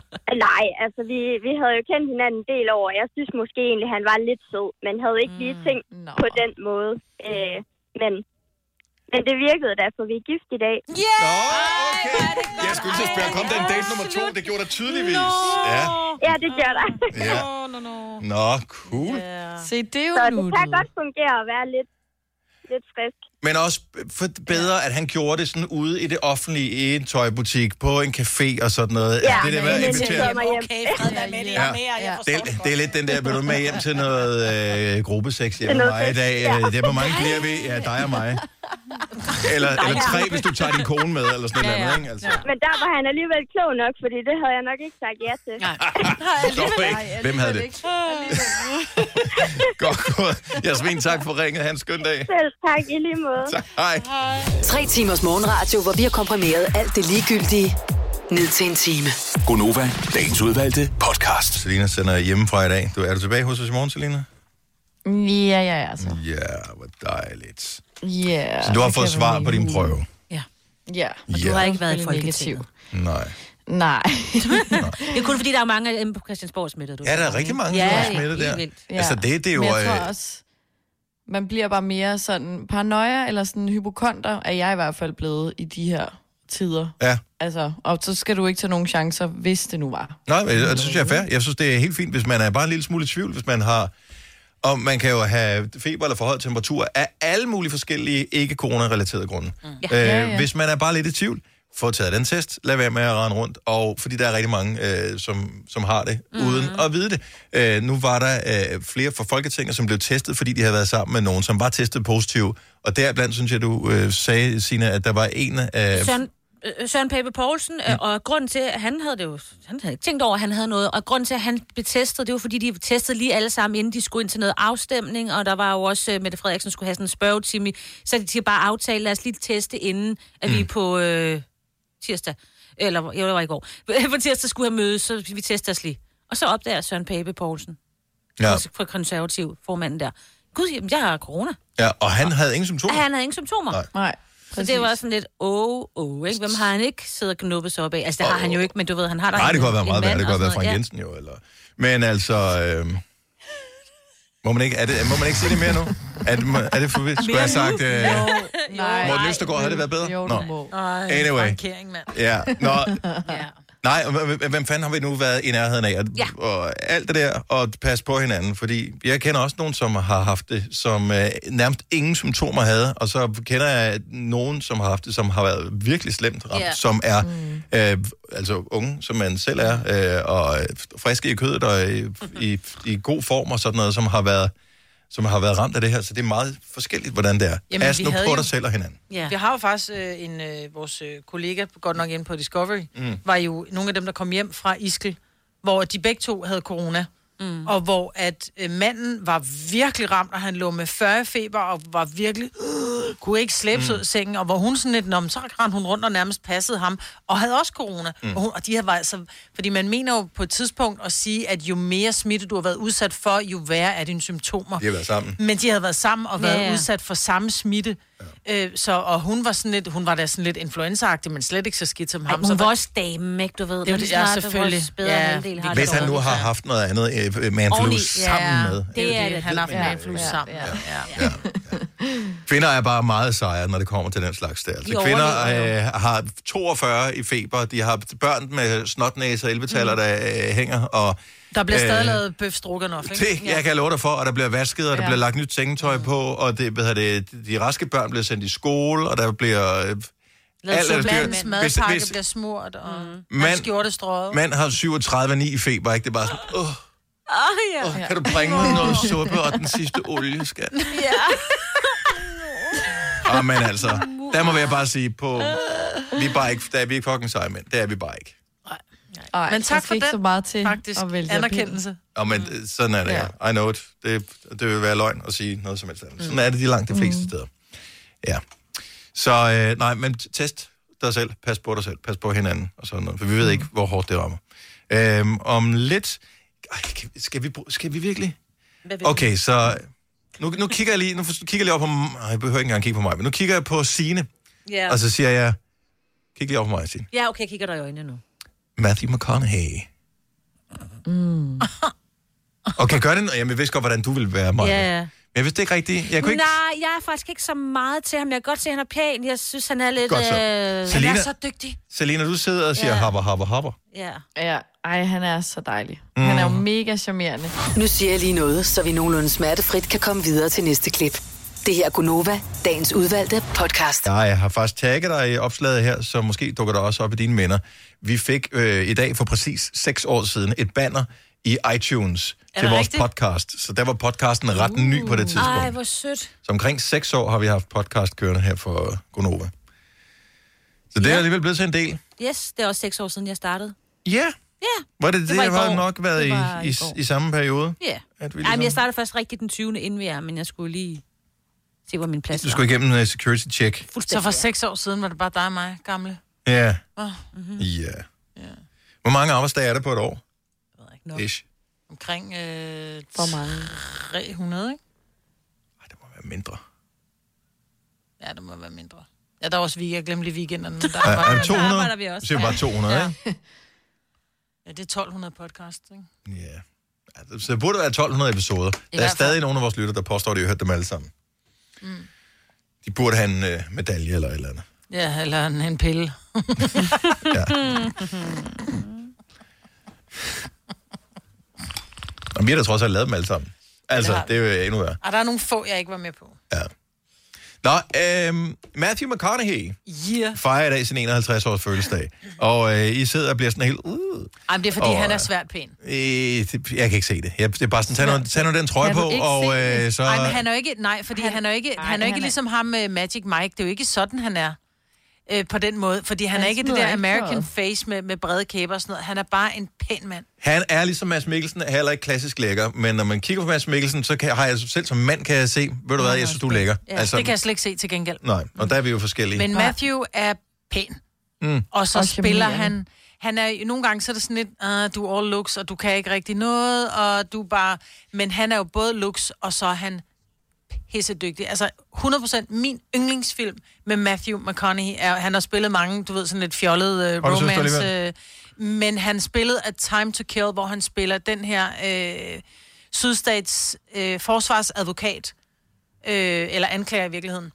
Nej, altså vi, vi havde jo kendt hinanden en del over. Jeg synes måske egentlig, han var lidt sød, men havde ikke lige tænkt no. på den måde. Øh, men, men det virkede da, for vi er gift i dag.
Yeah!
Nå, okay. Jeg skulle til at spørge, kom den date nummer to, det gjorde der tydeligvis. Ja.
Ja, det gør der.
Ja. Nå, cool.
Se, det er jo
Så det
nuttet.
kan godt fungere at være lidt, lidt frisk.
Men også for bedre, at han gjorde det sådan ude i det offentlige, i en tøjbutik, på en café og sådan noget. Altså, det der med at invitere.
Okay, fred være med det.
Ja. Det, er- det er lidt den der, vil du med hjem til noget øh, gruppesex
Til
hjemme med
noget
mig i
sex,
dag?
ja.
Ja. Det er, hvor mange bliver vi? Ja, dig og mig. Eller, eller tre, hvis du tager din kone med, eller sådan noget. Ja, ja. Ikke? Altså,
Men der var han alligevel klog nok, fordi det havde jeg nok ikke sagt ja til. Nej.
Dog ikke. Hvem havde det? Godt gået. Jasmin, tak for ringet. Han skøn dag.
Selv tak i lige måde.
Tak. Hej.
Tre timers morgenradio, hvor vi har komprimeret alt det ligegyldige ned til en time.
Gonova, dagens udvalgte podcast. Selina sender hjemmefra i dag. Du, er du tilbage hos os i morgen, Selina?
Ja, ja, ja. Så.
Ja, hvor dejligt.
Ja,
Så du har
det
fået
kan
svar
vi
på din
lige.
prøve?
Ja.
Og du Ja. har ikke
været i
Selvfølgelig
Folketinget.
negativ.
Nej.
Nej.
Det er kun fordi, der er mange af dem på Christiansborg smittet. Du.
Ja, der er rigtig mange, der er smittet
helt
der.
vildt.
Ja. Altså, det- det er jo,
Men jeg tror
øh,
også, man bliver bare mere sådan paranoia eller sådan hypokonter, er jeg i hvert fald blevet i de her tider.
Ja.
Altså, og så skal du ikke tage nogen chancer, hvis det nu var.
Nej, men det synes jeg er fair. Jeg synes, det er helt fint, hvis man er bare en lille smule i tvivl, hvis man har... Og man kan jo have feber eller forhøjet temperatur af alle mulige forskellige ikke-corona-relaterede grunde. Mm.
Ja. Ja,
Øh,
ja.
Hvis man er bare lidt i tvivl, få taget den test, lad være med at rende rundt, og fordi der er rigtig mange, øh, som, som har det, mm. uden at vide det. Øh, nu var der øh, flere fra Folketinget, som blev testet, fordi de havde været sammen med nogen, som var testet positiv, og deriblandt synes jeg, du øh, sagde, Sina, at der var en af...
Søren, øh, Søren Pape Poulsen, øh, og grunden til, at han havde det jo, han havde ikke tænkt over, at han havde noget, og grunden til, at han blev testet, det var fordi, de testede lige alle sammen, inden de skulle ind til noget afstemning, og der var jo også, øh, Mette Frederiksen skulle have sådan en spørgetime, i- så de siger bare aftale, lad os lige teste, inden at vi på øh, tirsdag, eller jo, det var i går, på tirsdag skulle have møde, så vi tester os lige. Og så opdager Søren Pape Poulsen,
Ja,
fra konservativ formanden der, Gud, jamen, jeg har corona.
ja, og han havde ingen symptomer.
At han havde ingen symptomer.
Nej.
Nej.
Så det var sådan lidt, åh, oh, oh, ikke? Hvem har han ikke siddet og knuppet sig op af? Altså, det har han jo ikke, men du ved, han har da
Nej, det
en-
kunne have været
en
meget værre.
mand
Det kunne
og
have været
sådan
Frank
noget.
Jensen jo, eller... Men altså... Øh, må, man ikke, er det, må man ikke sige det mere nu? Er det, må- er det for vildt? Skulle jeg have sagt... Øh,
Nej.
Morten Østergaard, havde det været bedre?
Jo,
Nå.
du må.
Anyway.
Frankering, mand.
Ja, nå. Nej, og hvem- hvem- hvem fanden har vi nu været i nærheden af? Og,
Ja.
og alt det der, og pas på hinanden, fordi jeg kender også nogen, som har haft det, som øh, nærmest ingen symptomer havde, og så kender jeg nogen, som har haft det, som har været virkelig slemt ramt,
Ja.
som er øh, altså unge, som man selv er, øh, og øh, friske i kødet og i, i, i god form og sådan noget, som har været som har været ramt af det her, så det er meget forskelligt, hvordan det er. Jamen,
Jamen,
Pas
vi
nu
havde
på
jo-
dig selv og hinanden.
Ja. Vi har jo faktisk øh, en, øh, vores øh, kollega, godt nok inde på Discovery,
Mm.
mm. var jo nogle af dem, der kom hjem fra Iskel, hvor de begge to havde corona. Mm. Og hvor at øh, manden var virkelig ramt, og han lå med 40 feber, og var virkelig, øh, kunne ikke slæbe mm. ud af sengen, og hvor hun sådan lidt, "Nå, men så rendte hun rundt og nærmest passede ham, og havde også corona.
Mm.
Mm. Og, hun, og de her var altså, fordi man mener jo på et tidspunkt at sige, at jo mere smitte du har været udsat for, jo værre er dine symptomer.
De har været sammen.
Men de havde været sammen og været
Ja, ja.
ja. udsat for samme smitte. Ja. Øh, så, og hun var, sådan lidt, hun var da sådan lidt influenza men slet ikke så skidt som ham.
hun
så
var også dame, ikke? Du ved,
det,
når
det,
de
det
snakker,
er
vores
selvfølgelig.
bedre halvdel har
Hvis han nu har haft noget andet øh, med influenza sammen med.
Det er
det,
det, han har haft med influenza sammen. Ja, ja.
Kvinder er bare meget sejre, når det kommer til den slags der. Altså, kvinder
overlever
øh, har 42 i feber, de har børn med snotnæse og 11 mm. der øh, hænger. Og,
Der bliver stadig
øh,
lavet bøf stroganoff, ikke?
Det, jeg kan love dig for, og der bliver vasket, og der ja.
Ja.
bliver lagt nyt sengetøj på, og det, hvad hedder det, de raske børn bliver sendt i skole, og der bliver... Øh, alt er dyrt.
Landets
Hvis-
madpakke
hvis-
bliver smurt, og
Mand-
hans skjorte strøget.
Mand har 37,9 i feber, ikke? Det er bare sådan, åh,
Ah, ja.
oh, kan du bringe mig noget suppe og den sidste olie, skat?
Ja.
Åh, men altså, der må jeg bare sige på... Vi er bare ikke, der er vi ikke fucking seje mænd. Det er vi bare ikke.
Ej,
Men
der
tak
skal
for
ikke
den,
så meget til
faktisk,
at vælge
anerkendelse.
Og men,
Mm.
øh, sådan er det. Ja. I know it. Det, det vil være løgn at sige noget som helst andet.
Mm.
Sådan er det de langt de fleste steder. Ja. Så øh, nej, men t- test dig selv. Pas på dig selv. Pas på hinanden. Og sådan noget. For
Mm.
vi ved ikke, hvor hårdt det rammer. Øhm, om lidt... Ej, kan- skal vi, bruge- skal vi virkelig? Okay, så... Nu, nu kigger jeg lige, nu for- kigger jeg lige op på... Ej, jeg behøver ikke engang kigge på mig, men nu kigger jeg på Sine,
Ja.
og så siger jeg... Kig lige op på mig, Sine.
ja, okay, jeg kigger dig i øjnene nu.
Matthew McConaughey.
Mm.
Okay, gør det. Jamen, jeg vidste godt, hvordan du ville være, Maja.
Ja, ja.
Men jeg vidste ikke rigtigt. Jeg
Jeg
kunne ikke...
Nej, jeg er faktisk ikke så meget til ham. Jeg kan godt se, at han er pæn. Jeg synes, han er lidt... øh,
Godt så. Selina-
Han er så dygtig.
Selina, du sidder og siger
Ja.
yeah. hopper, hopper, hopper.
Ja.
Ja, ej, han er så dejlig. Mm. Han er jo mega charmerende.
Nu siger jeg lige noget, så vi nogenlunde smertefrit kan komme videre til næste klip. Det her er Gunova, dagens udvalgte podcast.
Ja, jeg har faktisk tagget dig i opslaget her, så måske dukker der også op i dine minder. Vi fik øh, i dag for præcis 6 år siden et banner i iTunes
Er
til
det
vores
rigtigt?
podcast. Så der var podcasten ret uh. ny på det tidspunkt.
Ej, hvor sødt.
Så omkring 6 år har vi haft podcast kørende her for Gonova. Så det er alligevel blevet til en del.
Yes, det er også seks år siden, jeg startede.
Ja.
Ja.
Var det det,
var i
det har
går.
nok været
Det
i,
var
i,
går.
i, samme periode?
Ja.
At vi
Ej,
ligesom-
men jeg startede først rigtigt den 20. inden vi er, men jeg skulle lige se, hvor min plads
Du skulle igennem en security check.
Så for seks år siden var det bare dig og mig, gamle.
Ja.
Oh,
Ja. øh, Hvor mange arbejdsdage er der på et år? Jeg ved ikke Ish.
omkring øh,
For mange.
300, ikke?
Hvad mindre?
Ja, det må være mindre. Ja, der er også weekend. Jeg glemte lige weekenderne. Men der
Er- er
arbejder,
det 200?
Der arbejder vi også.
Så siger vi bare 200,
ja.
ikke?
Ja, det er 1200 podcast, ikke?
Ja. Altså, Så burde der være 1200 episoder. Der er
hvert fald.
stadig nogle af vores lytter, der påstår, at de har hørt dem alle sammen.
Mm.
De burde have en øh, medalje eller et eller andet.
Ja, eller en, en pille.
ja. Og vi har da trods alt lavet dem alle sammen.
det
Altså,
har vi.
det er jo endnu værre.
Og der er nogle få, jeg ikke var med på.
Nå, øhm, Matthew McConaughey
Yeah.
fejrer i dag sin 51-års fødselsdag. Og øh, I sidder og bliver sådan helt... Uh,
Ej, men det er, fordi
Og,
oh, han er
øh,
svært pæn.
øh, det, jeg kan ikke se det. Jeg, det er bare sådan, tag nu, tag nu den trøje
Kan
på,
du ikke
og
se
øh,
det?
så...
Ej, men han er jo ikke... Nej, fordi han, han er jo ikke,
Ej,
han er jo ikke
han er-
ligesom ham med Magic Mike. Det er jo ikke sådan, han er. Øh, på den måde. Fordi han,
Han
er ikke det
smider
der
ikke
American
tøjet.
face med, med brede kæber og sådan noget. Han er bare en pæn mand.
Han er ligesom Mads Mikkelsen, er heller ikke klassisk lækker, men når man kigger på Mads Mikkelsen, så kan, har jeg selv som mand, kan jeg se, ved du hvad, jeg synes, du er lækker.
Ja, altså, det kan jeg slet ikke se til gengæld.
Nej, og der er vi jo forskellige.
Men Matthew er pæn.
Mm.
Og så
Og
og spiller
charmerende.
han... Han er, nogle gange så er det sådan lidt, uh, du er all looks, og du kan ikke rigtig noget, og du er bare... Men han er jo både looks, og så er han pissedygtig. Altså 100% min yndlingsfilm med Matthew McConaughey. Er, han har spillet mange, du ved, sådan lidt fjollede uh,
Og du synes, du
romance...
alligevel-
øh, men han spillede A Time to Kill, hvor han spiller den her øh, sydstats øh, forsvarsadvokat, øh, eller anklager i virkeligheden.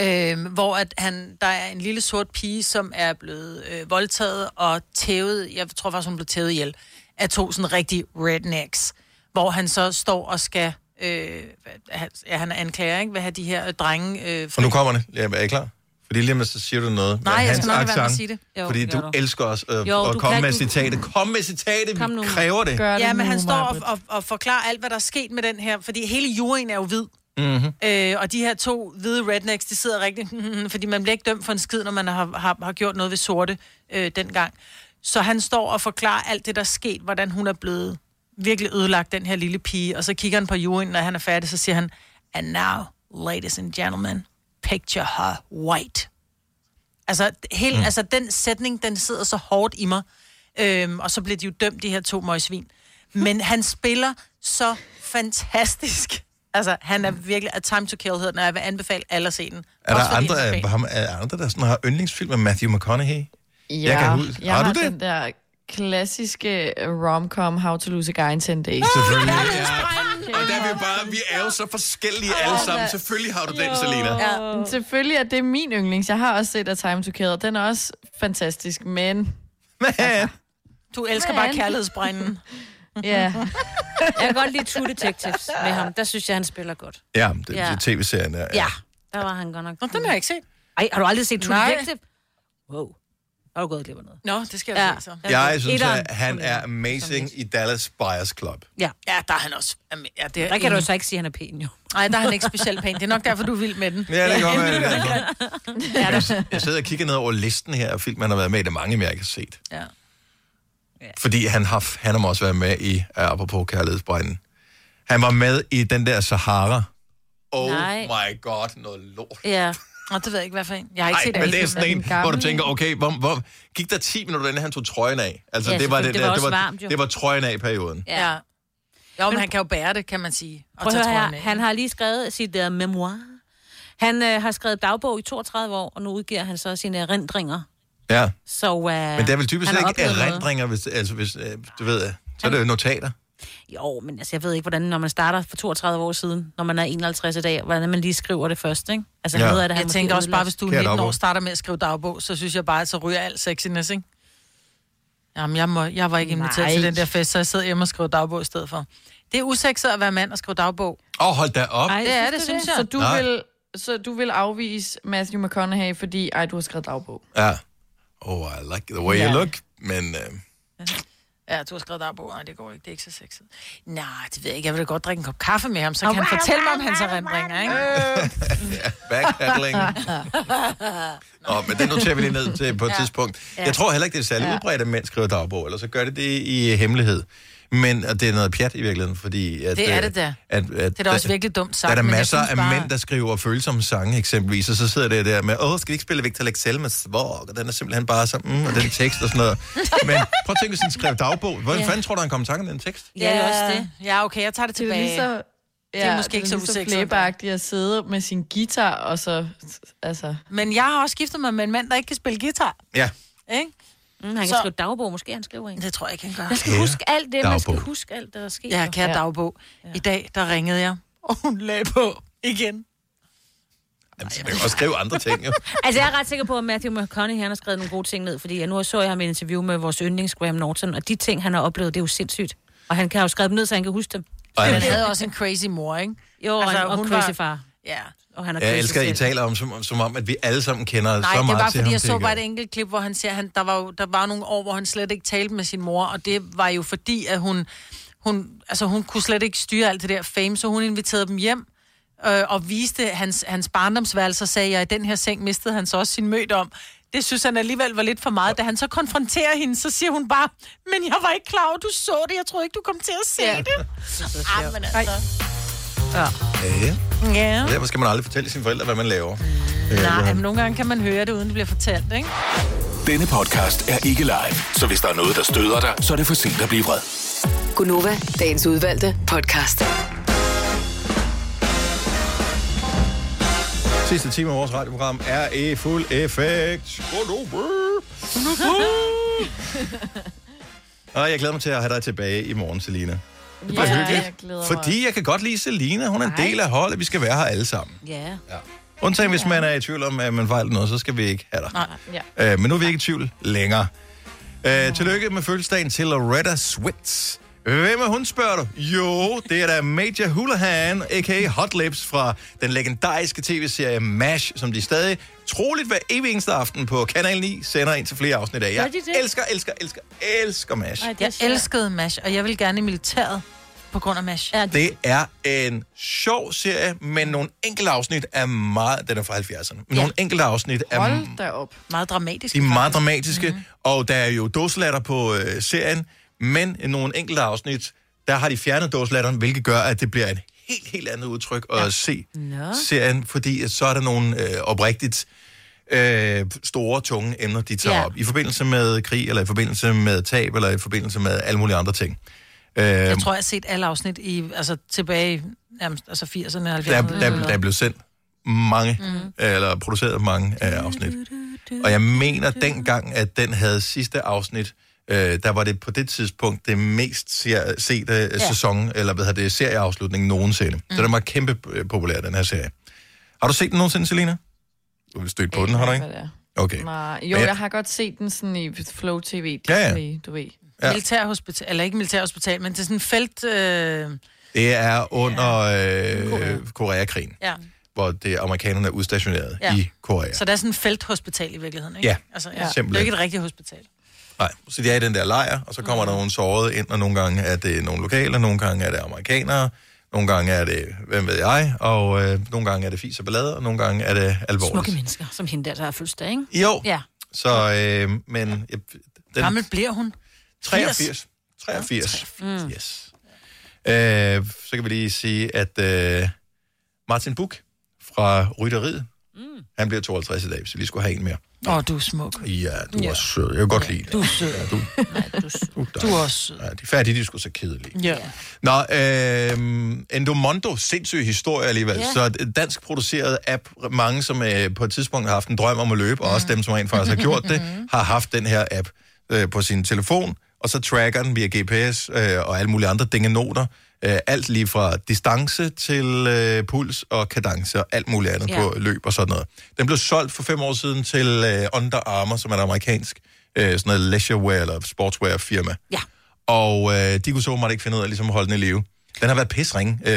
Øh, hvor at han, der er en lille sort pige, som er blevet øh, voldtaget og tævet, jeg tror faktisk, hun blev tævet ihjel, af to sådan rigtig rednecks, hvor han så står og skal, øh, hvad- han- ja, han er anklager, ikke, hvad have de her øh, drenge... Øh,
Og nu kommer det. Ja, er I klar? Fordi lige med, så siger du noget med
Nej, jeg
hans
skal nok lade være med at
accent,
sige det. Jo,
fordi
det
du,
gør du.
elsker os øh,
Jo,
at
du
komme
kan-
med
du-
citatet. Kom med citatet,
Kom nu.
vi kræver det.
ja, men han står og, og, og forklarer alt, hvad der er sket med den her, fordi hele juryen er jo hvid.
Mm-hmm.
Øh, og de her to hvide rednecks, de sidder rigtig, fordi man bliver ikke dømt for en skid, når man har, har, har gjort noget ved sorte øh, dengang. Så han står og forklarer alt det, der er sket, hvordan hun er blevet virkelig ødelagt, den her lille pige. Og så kigger han på juryen, når han er færdig, så siger han, and now, ladies and gentlemen, picture her white. Altså, hele, mm. altså den sætning, den sidder så hårdt i mig. Øhm, og så bliver de jo dømt, de her to møgsvin. Men han spiller så fantastisk. Altså, han er virkelig... A Time to Kill hedder den, og jeg vil anbefale alle at se den.
Er
Også
der
fordi
andre,
han er
af
fan.
ham, er andre, der sådan har yndlingsfilm med Matthew McConaughey?
Ja,
jeg kan huske.
jeg
har,
har
du det?
den der klassiske øh, romcom How to Lose a Guy in 10 Days.
Selvfølgelig. Ja. Og der er vi jo bare, vi er jo så forskellige alle sammen. Selvfølgelig har du den, Selina.
Ja. Men Selvfølgelig er det min yndlings. Jeg har også set A Time to Kill, og den er også fantastisk, men...
Men...
Du elsker bare kærlighedsbrænden.
ja.
Jeg kan godt lide True Detectives med ham. Der synes jeg, han spiller godt.
Ja, det,
Ja.
det tv-serien er.
Ja, der var han godt nok.
Nå, den har jeg ikke set.
Ej, har du aldrig set True
Nej.
Detective? Wow. Har du gået glip af noget?
Nå, det skal jeg ja. se så.
Jeg synes, at han er amazing i Dallas Buyers Club.
Ja.
ja, der er han også... Jamen, Ja, det er
Der kan du jo så ikke sige, at han er pæn, jo.
Nej, der er han ikke specielt pæn. Det er nok derfor, du er vild med den.
Ja, det kan godt være, det er
Ja, der-
Jeg sidder og kigger ned over listen her af film, han har været med i. Det er mange, mere, jeg ikke har set.
Ja.
Fordi han har, han har også været med i, uh, apropos kærlighedsbrænden. Han var med i den der Sahara. Oh
Nej.
Nej. my god, noget lort.
Ja. Nå, det ved jeg ikke, hvad for en. Jeg har ikke
Nej,
set
men
alle
det er
filmene.
sådan en, hvor du tænker, okay, hvor, hvor, gik der 10 minutter, inden han tog trøjen af? Altså,
Ja,
det, var
selvfølgelig.
det,
Det var
der,
også
det, var,
varmt, jo.
det var trøjen af-perioden.
Ja. ja. Jo, men han kan jo bære det, kan man sige. Og
Prøv
tage
at høre,
trøjen
her.
af.
han har lige skrevet sit uh, memoir. Han øh, har skrevet dagbog i 32 år, og nu udgiver han så sine erindringer.
Ja.
Så, øh,
Men det er vel typisk
han har
ikke
oplevet noget.
erindringer, hvis, altså, hvis øh, du ved, så er det jo notater.
Jo, men altså, jeg ved ikke, hvordan, når man starter for 32 år siden, når man er 51 i dag, hvordan man lige skriver det først, ikke? Altså,
Ja.
ja. noget af det,
Jeg tænker også bare, hvis du er
Kære
19 år
dagbog.
og starter med at skrive dagbog, så synes jeg bare, at så ryger alt sexiness, ikke? Jamen, jeg, må, jeg var ikke inviteret
Nej.
Nej. til den der fest, så jeg sidder hjemme og skriver dagbog i stedet for. Det er usexet at være mand og skrive dagbog.
Åh, oh, hold da op.
Ej, det er det, synes jeg.
Så du,
Nej.
vil, så du vil afvise Matthew McConaughey, fordi ej, du har skrevet dagbog.
Ja. Oh, I like the way
Ja.
you look. Men øh,
Ja, du har skrevet dagbog. Nej, det går ikke. Det er ikke så sexet. Nej, det ved jeg ikke. Jeg vil da godt drikke en kop kaffe med ham, så kan han fortælle mig om hans erindringer,
Øh.
ikke?
backpedaling. Nå, men det noterer vi lige ned til på et
Ja.
ja. tidspunkt.
Ja.
Jeg tror heller ikke, det er særlig
Ja.
udbredt, at mænd skriver dagbog, eller så gør det det i øh, hemmelighed. Men at det er noget pjat i virkeligheden, fordi... At,
Det er
øh,
det da.
At, at,
Det er da også virkelig dumt sagt,
Der er der
men jeg
masser
synes
af
bare-
mænd, der skriver følsomme sange eksempelvis, og så sidder det der med, åh, skal vi ikke spille Victor Lexell med Svorg? Og den er simpelthen bare så, mm, og den tekst og sådan noget. Men prøv at tænke, hvis han skrev dagbog. Hvordan
Ja.
fanden tror du, han kom i tanke om den tekst?
Ja, det er også det. Ja, okay, jeg tager det
Det er
tilbage.
lige så-
det er måske ikke så
Det er
usexet.
lige så at sidde med sin guitar, og så... Altså,
Men jeg har også skiftet mig med en mand, der ikke kan spille guitar.
Ja.
Ikke?
Mm, han kan skrive dagbog, måske han skriver en.
Det tror jeg ikke, han gør.
Man skal
Kære
huske alt det, man skal
dagbog.
huske alt det, der sker.
Ja, kære dagbog. I dag, der ringede jeg, og hun lagde på igen.
Jamen, så kan man også skrive andre ting, jo.
Altså, jeg er ret sikker på, at Matthew McConaughey, han har skrevet nogle gode ting ned, fordi jeg nu så jeg ham i et interview med vores yndlings Graham Norton, og de ting, han har oplevet, det er jo sindssygt. Og han kan jo skrive dem ned, så han kan huske dem.
Ej,
Han
altså.
havde også en crazy mor, ikke?
Jo, og, altså, og
hun
crazy
var-
far.
Ja.
Og han er
Jeg
crazy
elsker, at I
selv.
taler om, som, som om, at vi alle sammen kender
Nej,
så
det
meget
var
til
fordi,
ham,
jeg så
tænker
bare et enkelt klip, hvor han siger, han, der, var jo, der var nogle år, hvor han slet ikke talte med sin mor, og det var jo fordi, at hun, hun, altså, hun kunne slet ikke styre alt det der fame, så hun inviterede dem hjem øh, og viste hans, hans barndomsværelse og sagde, ja, i den her seng mistede han så også sin mødt om. Det synes han alligevel var lidt for meget. Da han så konfronterer hende, så siger hun bare, men jeg var ikke klar over, du så det. Jeg troede ikke, du kom til at se ja. det. Ah, men altså. Ja.
Ja.
ja.
Derfor skal man aldrig fortælle sine forældre, hvad man laver.
Nej, men nogle gange kan man høre det, uden det bliver fortalt, ikke?
Denne podcast er ikke live, så hvis der er noget, der støder dig, så er det for sent at blive vred.
Gunova, dagens udvalgte podcast.
Sidste time af vores radioprogram er i fuld effekt. Godnova. Mhm. Og jeg glæder mig til at have dig tilbage i morgen, Selina. Det var
Ja,
hyggeligt.
jeg glæder mig.
Fordi jeg kan godt lide Selina. Hun er en del af holdet. Vi skal være her alle sammen.
Ja.
Undtagen hvis man er i tvivl om, at man fejler noget, så skal vi ikke have dig.
Nej. Ja.
Øh, men nu er vi ikke i tvivl længere. Øh, tillykke med fødselsdagen til Loretta Switz. Hvem er hun, spørger du? Jo, det er da Major Hulahan, a.k.a. Hot Lips fra den legendariske tv-serie MASH, som de stadig troligt hver evig eneste aften på Kanal 9 sender ind til flere afsnit af. Jeg
Gør de det?
elsker, elsker, elsker, elsker MASH.
Jeg elskede MASH, og jeg vil gerne i militæret på grund af MASH. Ja,
Det er en sjov serie, men nogle enkelte afsnit er meget... Den er fra 70'erne. Men Nogle enkelte afsnit er
Hold da op.
Meget dramatisk.
De er meget dramatiske, mm-hmm. og der er jo dåselatter på øh, serien, men i nogle enkelte afsnit, der har de fjernet dåselatteren, hvilket gør, at det bliver et helt, helt andet udtryk at ja. se
Nå.
serien, fordi at så er der nogle øh, oprigtigt øh, store, tunge emner, de tager
Ja.
ja. op. I forbindelse med krig, eller i forbindelse med tab, eller i forbindelse med alle mulige andre ting. Øh,
Jeg tror, jeg har set alle afsnit i, altså, tilbage i nærmest, altså 80'erne og 70'erne.
der, der, der blev sendt mange, mm. eller produceret mange af afsnit. Og jeg mener dengang, at den havde sidste afsnit, øh, der var det på det tidspunkt det mest ser, sete ja.
Ja.
sæson, eller hvad hedder det, serieafslutning nogensinde. Mm. Så den var kæmpe øh, populær, den her serie. Har du set den nogensinde, Selina? Du vil støtte på den, har du ikke?
Hvad det er.
Okay.
Nej, Ah, jo,
Men jeg-
jeg har godt set den sådan i Flow TV,
Ja, ja.
Disney, ja, ja. du ved.
Ja.
Militærhospital, eller ikke militærhospital, men det er sådan en felt... Øh,
Det er under øh, Koreakrigen,
ja.
hvor det amerikanerne er udstationeret ja. i Korea.
Så der er sådan et felthospital i virkeligheden, ikke?
Ja,
Altså, ja.
simpelthen.
Det er jo ikke et rigtigt hospital.
Nej, så de er i den der lejr, og så
Mhm.
kommer mm. der nogle sårede ind, og nogle gange er det nogle lokale, nogle gange er det amerikanere, nogle gange er det, hvem ved jeg, og øh, nogle gange er det fis og ballade, og nogle gange er det alvorligt.
Smukke mennesker, som hende der, der har fødselsdag, ikke?
Jo.
Ja.
Så, øh, men... Jeg,
Den... Gammel bliver hun?
83. 83. Mm. Yes. Øh, så kan vi lige sige, at øh, Martin Buch fra Rytteriet, mm. han bliver 52 i dag, så vi skulle have en mere.
Åh, oh, du er smuk.
Ja, du ja.
Ja.
er sød. Jeg kan godt lide det.
Du er sød.
Ja, du, du,
Du er også sød.
Ja, de færdige, de er sgu så kedelige.
Ja.
Nå, øh, Endomondo, sindssyg historie alligevel.
Ja.
Ja. Så et dansk produceret app, mange som øh, på et tidspunkt har haft en drøm om at løbe, og også dem, som rent faktisk har gjort det, har haft den her app øh, på sin telefon, og så tracker den via GPS øh, og alle mulige andre dingenoter. Øh, alt lige fra distance til øh, puls og kadence og alt muligt andet
Ja.
ja. på løb og sådan noget. Den blev solgt for fem år siden til øh, Under Armour, som er et amerikansk øh, sådan noget leisureware eller sportswear firma.
Ja.
Og øh, de kunne så åbenbart ikke finde ud af ligesom at holde den i live. Den har været pisring. Øh,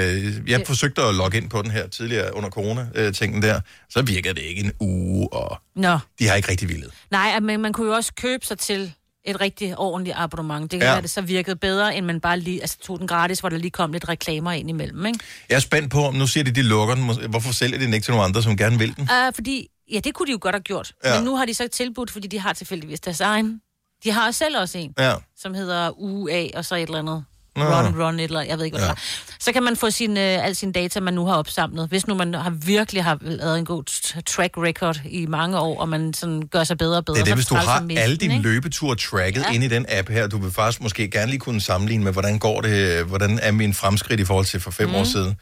jeg
Det-
forsøgte at logge ind på den her tidligere under corona-tingen der. Så virkede det ikke en uge, og
Nå.
de har ikke rigtig villet.
Nej, men man kunne jo også købe sig til et rigtig ordentligt abonnement. Det kan ja.
Ja.
være, det så virkede bedre, end man bare lige altså, tog den gratis, hvor der lige kom lidt reklamer ind imellem, ikke?
Jeg er spændt på, om nu siger de, de lukker den. Mås- Hvorfor sælger de den ikke til nogen andre, som gerne vil den?
Uh, fordi, ja, det kunne de jo godt have gjort. Ja.
Mm. Ja.
Men nu har de så tilbudt, fordi de har tilfældigvis deres egen. De har også selv også en,
Ja.
som hedder UA, og så et eller andet.
Nå.
Run, run, et eller andet. Jeg ved ikke, hvad ja.
Ja.
det var. Så kan man få sin, øh, al sin data, man nu har opsamlet. Hvis nu man har virkelig har lavet en god t- track record i mange år, og man sådan gør sig bedre og bedre.
Det er det,
så
hvis du
træls at
har
miste
alle
den,
dine
ikke?
løbeture tracket
Ja.
ja. ind i den app her. Du vil faktisk måske gerne lige kunne sammenligne med, hvordan går det, hvordan er min fremskridt i forhold til for fem
Mm.
mm. år siden.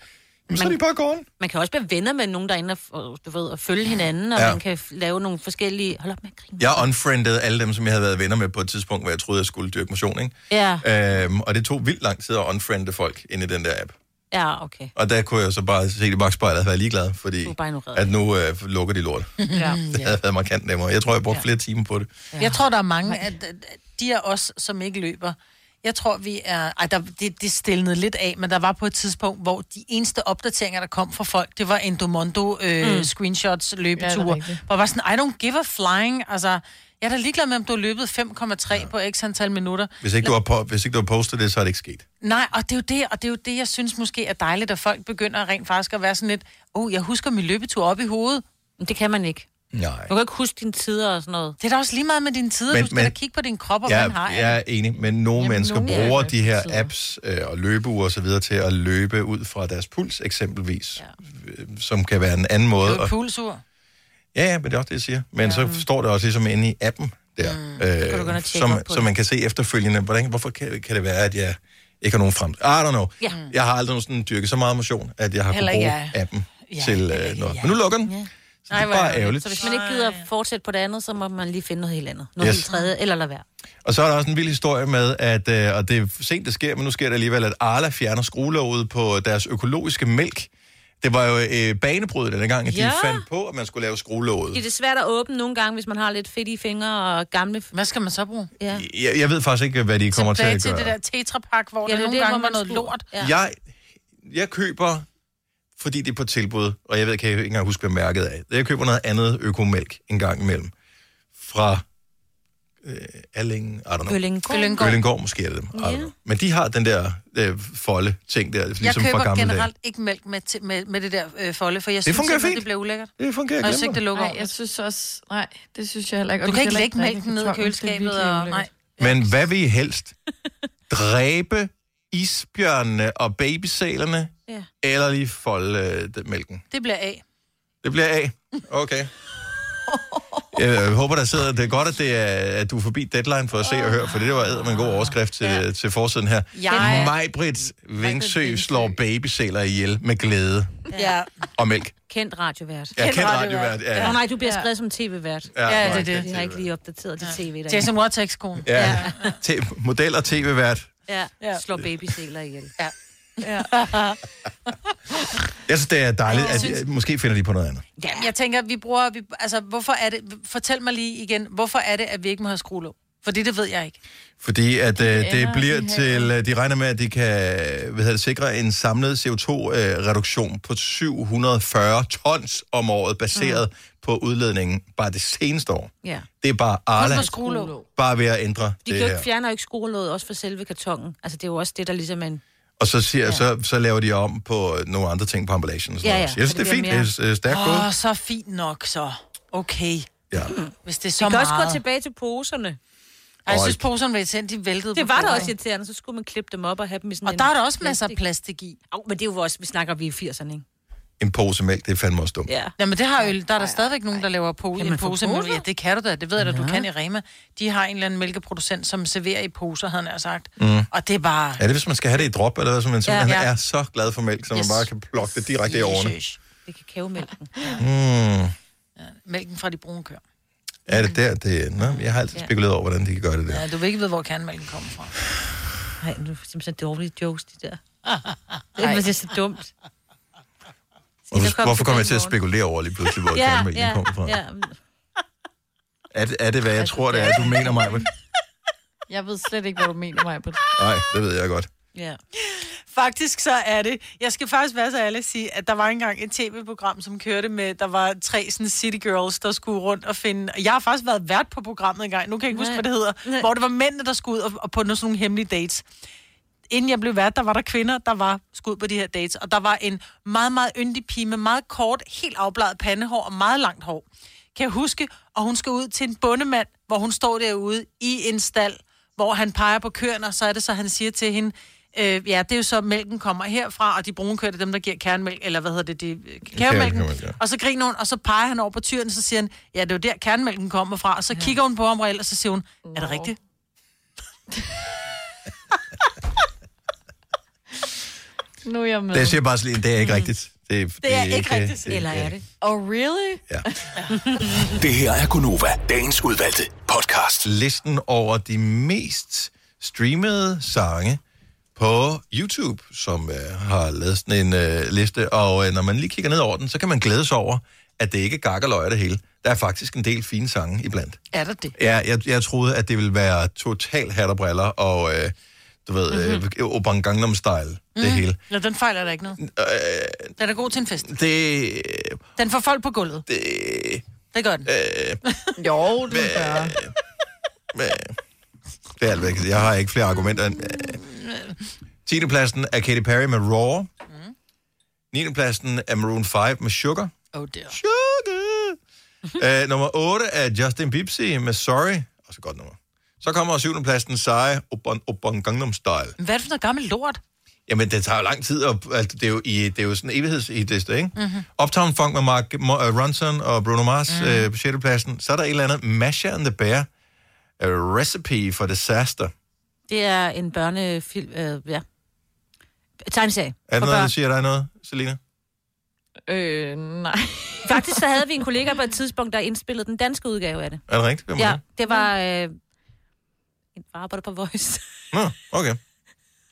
Jamen, så er de bare gården.
Man kan også blive venner med nogen, der er inde og, og, du ved, og følge hinanden, og ja.
Ja.
man kan f- lave nogle forskellige... Hold op med at grine.
Jeg unfriendede alle dem, som jeg havde været venner med på et tidspunkt, hvor jeg troede, jeg skulle dyrke motion, ikke?
Ja,
Øhm, og det tog vildt lang tid at unfriende folk ind i den der app.
ja, okay.
Og der kunne jeg så bare se det i bagspejlet og være ligeglad, fordi
Du er bare ignoreret.
at nu øh, lukker de lort.
Ja.
Det havde været markant nemmere. Jeg tror, jeg brugte flere timer på det.
Jeg tror, der er mange af at de er os, som ikke løber. Jeg tror, vi er... Ej, der, det, det stillede lidt af, men der var på et tidspunkt, hvor de eneste opdateringer, der kom fra folk, det var Endomondo øh,
Mm.
mm. screenshots
Ja, det er
løbeture.
rigtigt.
Ja, hvor jeg var sådan, I don't give a flying. Altså, jeg er da ligeglad med, om du har løbet 5,3 ja. på x antal minutter.
Hvis ikke, du har på, hvis ikke du har postet det, så er det ikke sket.
Nej, og det er jo det, og det er jo det, jeg synes måske er dejligt, at folk begynder rent faktisk at være sådan lidt, oh, jeg husker min løbetur op i hovedet.
Men det kan man ikke.
Nej.
Du kan ikke huske dine tider og sådan noget.
Det er da også lige meget med dine tider.
Men-
du skal
men-
da kigge på din krop og ja,
Jeg,
hvad den har.
jeg er enig, men nogle
Jamen,
mennesker
nogle
bruger
er
de her
websider.
apps øh, og løbeure og så videre til at løbe ud fra deres puls eksempelvis, ja. som kan være en anden måde.
Det er jo
at-
et pulsur.
Ja, ja, men det er også det, jeg siger. Men ja. så står det også ligesom inde i appen der,
gå ind
mm.
og
øh,
tjekke
som,
op på
som man kan se efterfølgende. Hvordan, hvorfor kan, kan det være, at jeg ikke har nogen frem? I don't know.
Ja.
Jeg har aldrig sådan dyrket så meget motion, at jeg har
Heller
kunnet
ikke
bruge
jeg.
appen ja, til øh, noget. Men nu lukker den. Ja. Så
Nej,
det er
hvor er
bare
det
ærgerligt.
Så hvis man ikke gider at fortsætte på det andet, så må man lige finde noget helt andet. Noget yes.
Yes.
helt tredje, eller lade være.
Og så er der også en vild historie med, at, øh, og det er sent, det sker, men nu sker det alligevel, at Arla fjerner skruelåget på deres økologiske mælk. Det var jo øh, banebrydende dengang, at ja.
Ja.
de fandt på, at man skulle lave skruelåget.
Det er det svært at åbne nogle gange, hvis man har lidt fedt i fingre og gamle...
Hvad skal man så bruge?
Ja.
Jeg, jeg ved faktisk ikke, hvad de kommer
Tilbage
til
til
at gøre.
det der tetrapak, hvor
Ja,
ja,
det
der nogle
er det,
gange var
hvor man
noget
skulle-
lort.
Ja. Jeg, jeg køber, fordi det er på tilbud, og jeg ved, kan jeg ikke engang huske, hvad mærket er. Jeg køber noget andet økomælk en gang imellem. Fra øh, Alling, I don't know.
Gøllinggaard. Gøllinggaard.
Gøllinggaard måske er det dem. I don't
Ja.
know. Men de har den der øh, folde ting der, ligesom
jeg
fra
køber
gamle
generelt ikke mælk med, til- med, med det der øh, folde, for jeg synes,
fungerer
simpelthen,
fint.
det bliver ulækkert.
Det fungerer
Og jeg synes ikke, det lukker
Nej, jeg synes også... Nej, det synes jeg heller ikke.
Du kan
det
ikke
er
lægge
heller ikke
mælken ned i
rigtig karton, det er
køleskabet,
virkelig
og nej.
ulækkert.
dage. Men hvad vil I helst? Dræbe isbjørnene og babysalerne,
Ja.
eller lige folde øh, den- mælken?
Det bliver af.
Det bliver A. Okay. Jeg håber, der sidder... Det er godt, at, det er, at du er forbi deadline for at se og høre, for det var med en god overskrift til, ja. til forsiden her.
Jeg-
Majbrit Vingsø slår babysæler ihjel med glæde
Ja.
og mælk.
Kendt radiovært.
Ja, kendt radiovært, ja, ja.
Åh, nej, du bliver skrevet som tv-vært.
Ja, Ja, nej, det er det.
Jeg har ikke lige opdateret det tv i dag.
Jason Watex kone.
Ja. T- model og tv-vært.
Ja, ja. slår babyseler ihjel.
Ja.
ja.
Jeg synes, det er dejligt,
Jeg
at
synes-
jeg, måske finder de på noget andet.
Jamen, jeg tænker, vi bruger... Vi, altså, hvorfor er det... Fortæl mig lige igen, hvorfor er det, at vi ikke må have skruelåg? Fordi det ved jeg ikke.
Fordi at øh, det
ender
bliver
i
til, øh, de regner med, at de kan hvad hedder det, sikre en samlet CO2-reduktion øh, på 740 tons om året, baseret mm. på udledningen bare det seneste år.
ja.
Det er bare Arla,
på skruelåg.
bare ved at ændre
De
det
kan jo
her.
ikke fjerner jo ikke skolelåget også for selve kartongen. Altså, det er jo også det, der ligesom er en...
Og så, siger, ja. så, så laver de om på øh, nogle andre ting på emballagen. og sådan
Ja,
noget.
ja,
Så Jeg synes,
så
det
det
er fint.
bliver
Det er øh, stærkt gået.
Åh, så fint nok så. Okay.
Ja.
Hvis det er
Vi
så
kan
meget.
også gå tilbage til poserne.
Ej, jeg synes, poserne var irriterende. De væltede
Det
på
var da
bordet.
også irriterende, så skulle man klippe dem op og have dem i sådan
Og
en
der er der også masser af plastik i.
Au, men det er jo også, vi snakker vi er i 80'erne, ikke?
En pose mælk, det er fandme også dumt.
Ja.
Jamen, det har øl. Der er der stadigvæk nogen, der laver po-
Kan man
en
få
pose. Men,
poser?
ja, det kan du da. Det ved jeg da, du kan i Rema. De har en eller anden mælkeproducent, som serverer i poser, havde han nær sagt.
Mm.
Og det er bare...
Er det, hvis man skal have det i drop, eller hvad? Så man simpelthen
Ja.
ja, ja. er så glad for mælk, så man
Yes.
bare kan plukke det direkte i årene.
Det kan kævemælken.
Mm.
Mælken fra de brune køer.
Er det der? Det, nå, jeg har altid
Ja.
spekuleret over, hvordan de kan gøre det der.
Ja, du vil ikke vide, hvor kernemælken kommer fra.
Nej, nu er det simpelthen dårlige jokes, de der.
Ej.
Det er så dumt.
Hvorfor,
kom
hvorfor
til
kom
den
jeg til at
morgen.
spekulere over lige pludselig, hvor ja, kernemælken ja, kommer fra? Ja.
ja.
Er, det, er det, hvad jeg tror, det er, du mener mig?
Jeg ved slet ikke, hvad du mener mig på det.
Nej, det ved jeg godt.
Ja.
Faktisk så er det. Jeg skal faktisk være så ærlig at sige, at der var engang et tv-program, som kørte med, der var tre sådan city girls, der skulle rundt og finde... og Jeg har faktisk været vært på programmet engang, nu kan jeg ikke huske,
Nej.
hvad det hedder,
Nej.
hvor det var mændene, der skulle ud og, og på nogle, sådan nogle hemmelige dates. Inden jeg blev vært, der var der kvinder, der var skudt på de her dates, og der var en meget, meget yndig pige med meget kort, helt afbladet pandehår og meget langt hår. Kan jeg huske, og hun skal ud til en bondemand, hvor hun står derude i en stald, hvor han peger på køerne, og så er det så, han siger til hende, øh, ja, det er jo så, mælken kommer herfra, og de brune køer, det er dem, der giver kernemælk, eller hvad hedder det, de, kæremælken.
Kæremælk, ja.
Og så griner hun, og så peger han over på tyren, og så siger han, ja, det er jo der, kernemælken kommer fra. Og så ja. kigger hun på ham, reelt, og så siger hun, er det rigtigt?
Nu er jeg med.
Det siger bare sådan, det er ikke rigtigt. Mm. Det, det,
Eller er det? Oh, really?
Ja.
Det her er Gunova, dagens udvalgte podcast.
Listen over de mest streamede sange på YouTube, som øh, har lavet sådan en øh, liste. Og øh, når man lige kigger ned over den, så kan man glæde sig over, at det ikke er gak og løg det hele. Der er faktisk en del fine sange iblandt.
Er der det?
Ja, jeg, jeg troede, at det ville være total hat og briller, og øh, du ved, mm-hmm. øh, Oban Gangnam Style, mm. det hele.
Nå, den fejler der ikke noget.
Øh,
Den er god til en fest.
det...
Den får folk på gulvet.
Det,
Det gør den.
øh,
Jo, det gør.
øh, det er alt væk. Jeg har ikke flere argumenter. end, Øh. 10. pladsen er Katy Perry med Raw. Mm. 9. pladsen er Maroon 5 med Sugar.
Oh dear.
Sugar! øh, nummer 8 er Justin Bieber med Sorry. Også et godt nummer. Så kommer 7. pladsen Sai Oban, Oban Gangnam Style.
Men Hvad er det for noget gammel lort?
Jamen, det tager jo lang tid, og altså, det, er jo i, det er jo sådan en evighedsliste, ikke?
Mhm.
Uptown Funk med Mark Mo- øh, Ronson og Bruno Mars mm. øh, på 6. pladsen. Så er der et eller andet Masha and the Bear, A Recipe for Disaster.
Det er en børnefilm, øh, ja. Tegneserie.
Er
for
der noget, der
børn.
siger dig noget, Selina?
Øh, nej.
Faktisk så havde vi en kollega på et tidspunkt, der indspillede den danske udgave af det.
Er det rigtigt? Hvem er
ja,
det?
det var øh, en arbejder på Voice.
Nå, okay.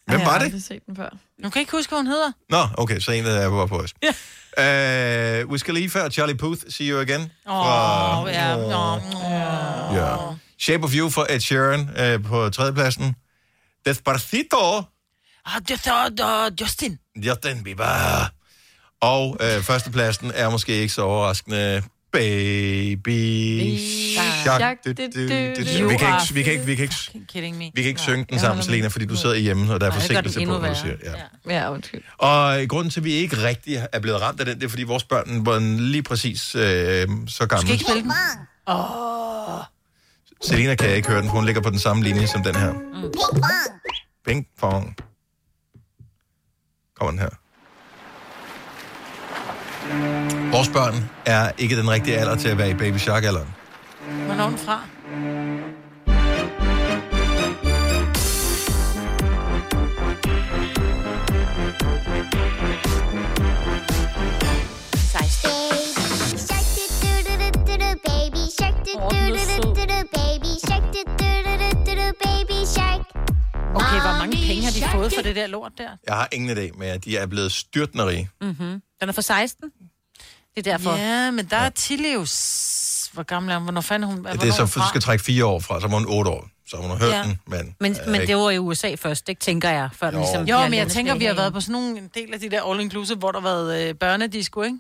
Hvem var
Jeg har
det?
aldrig set den før.
Nu kan jeg ikke huske, hvad hun hedder.
Nå, okay, så en af jer var på os.
Ja.
Øh, vi skal lige før Charlie Puth, See You Again.
Åh, oh, ja. Oh,
Ja. Shape of You for Ed Sheeran øh, på tredjepladsen. Despacito,
Ah, det er uh, Justin.
Justin Bieber. Og øh, førstepladsen er måske ikke så overraskende. Baby Shark.
Shark.
Du, du, du, du.
You
Vi kan
are
ikke, vi kan ikke, vi kan ikke,
Kidding me.
vi kan ikke synge den sammen, Selena, fordi du sidder hjemme, og der er
Nej, det gør den
forsinkelse på,
endnu
hvad du siger.
værre.
Ja.
Ja, undskyld.
Og øh, grunden til, at vi ikke rigtig er blevet ramt af den, det er, fordi vores børn var lige præcis øh, så
Du skal
gamle.
ikke spille den. Åh. Oh.
Selena kan ikke høre den, for hun ligger på den samme linje som den her. Ping pong. Kommer den her. Vores børn er ikke den rigtige alder til at være i Baby Shark-alderen.
Hvornår er den fra? Okay, hvor mange penge har de fået for det der lort der?
Jeg har ingen idé med, at de er blevet styrtende rige.
Mm-hmm. Den er fra 16. Det er derfor. Ja, men der er Tilly jo... s- Hvor gammel er hun? Hvornår fanden hun?
Det er så, du skal trække fire år fra, så var hun otte år. Så har hun hørt
Ja.
den, men...
Men,
øh,
men
ikke-
det var i USA først, ikke, tænker jeg. Før den
Jo.
ligesom
Jo,
bliver
men jeg
lavet
tænker,
til
vi har
en-
været på sådan nogle, en del af de der all inclusive, hvor der har været øh, børnedisco, ikke?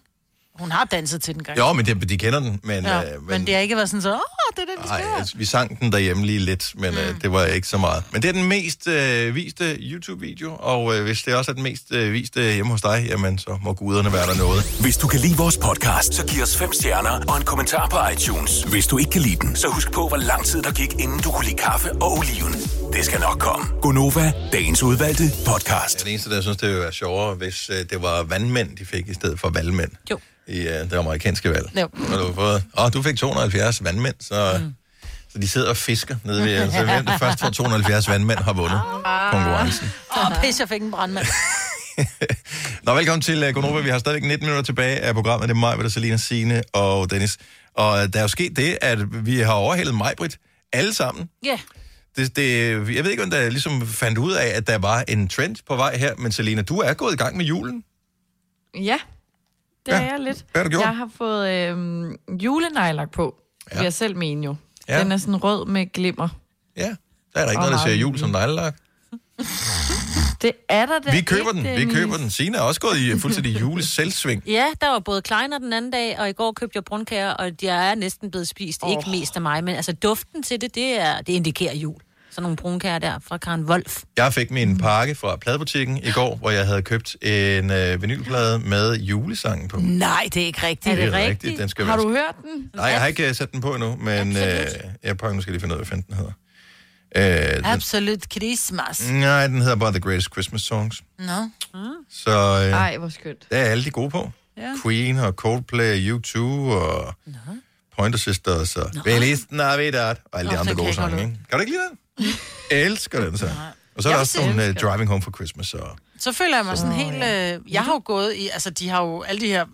Hun har danset til den gang.
Jo, men de, de kender den, men...
ja,
øh,
men, men, det har ikke været sådan så, åh, det er den, vi
Nej,
skal.
altså, vi sang den derhjemme lige lidt, men mm. øh, det var ikke så meget. Men det er den mest øh, viste YouTube-video, og øh, hvis det også er den mest øh, viste hjemme hos dig, jamen så må guderne være der noget.
Hvis du kan lide vores podcast, så giv os fem stjerner og en kommentar på iTunes. Hvis du ikke kan lide den, så husk på, hvor lang tid der gik, inden du kunne lide kaffe og oliven. Det skal nok komme.
Gonova, dagens udvalgte podcast. Den eneste, der synes, det ville være sjovere, hvis øh, det var vandmænd, de fik i stedet for valgmænd.
Jo.
I øh, det amerikanske valg.
Jo.
Og du, har fået, åh, du fik 270 vandmænd, så, mm. så de sidder og fisker nede ved... øh, Så hvem der først får 270 vandmænd har vundet
Ah.
konkurrencen.
Åh, oh, pis, jeg fik en brandmand.
Nå, velkommen til uh, Gonova. Vi har stadigvæk 19 minutter tilbage af programmet. Det er mig, der Selina, Signe og Dennis. Og øh, der er jo sket det, at vi har overhældet mig, Britt, alle sammen.
Ja.
Det, det, jeg ved ikke, om der ligesom fandt ud af, at der var en trend på vej her, men Selina, du er gået i gang med julen.
Ja, det
Ja.
er jeg lidt.
Hvad har du gjort?
Jeg har fået øh, julenejlak på, ja. vil jeg selv mene jo.
Ja.
Ja. Den er sådan rød med glimmer.
Ja, der er der ikke
Og
noget, der
meget
ser jul som neglelak.
Det er der da
Vi køber
ikke,
den, vi
Dennis.
køber den. Signe er også gået i øh, fuldstændig juleselvsving.
Ja, der var både kleiner den anden dag, og i går købte jeg brunkager, og de er næsten blevet spist. Oh. Ikke mest af mig, men altså duften til det, det, er, det indikerer jul. Sådan nogle brunkager der fra Karen Wolf.
Jeg fik min pakke fra pladebutikken i går, hvor jeg havde købt en øh, vinylplade med julesangen på.
Nej, det er ikke rigtigt.
Er det Det er rigtigt? rigtigt. Den skal
har
være-
du hørt den?
Nej, jeg har ikke øh, sat den på endnu, men øh, jeg prøver, nu skal jeg lige finde ud af, hvad fanden den hedder. Øh, den,
Absolut Christmas.
nej, den hedder bare The Greatest Christmas Songs.
Nå.
Mm. Så øh,
Ej, hvor skønt.
der er alle de gode på.
Ja.
Queen og Coldplay, U2 og Pointer Sisters og Feliz Navidad og alle de
Nå,
andre
den kan
gode
jeg godt
sange.
lide.
Ikke? Kan du ikke lide den? Elsker den så. Og så er
Jeg
der også
vil
nogle uh,
elske den.
Driving Home for Christmas. Og...
Så føler jeg mig sådan helt... Øh, jeg har jo gået i... Altså, de har jo... Alle de her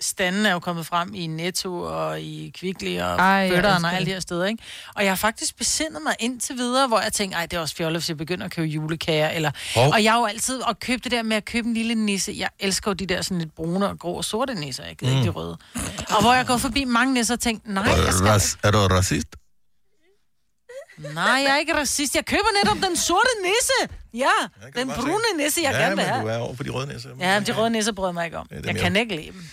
standen er jo kommet frem i Netto og i Kvickly og
Ej, jeg
Bøtteren
elsker
og alle
det.
de her steder, ikke? Og jeg har faktisk besindet mig indtil videre, hvor jeg tænkte, ej, det er også fjollet, hvis jeg begynder at købe julekager. Eller...
Hov.
Og jeg har jo altid at købe det der med at købe en lille nisse. Jeg elsker jo de der sådan lidt brune og grå og sorte nisser. Jeg gider mm. ikke de røde. Og hvor jeg går forbi mange nisser og tænker, nej, jeg skal
Ras, er du racist?
Nej, jeg er ikke racist. Jeg køber netop den sorte nisse. Ja, den brune nisse, jeg
ja,
gerne vil
men
have.
du er over på de røde næser.
Ja, men de røde nisser bryder jeg mig ikke om.
Ja, dem
jeg
er
kan
jo-
ikke lide dem.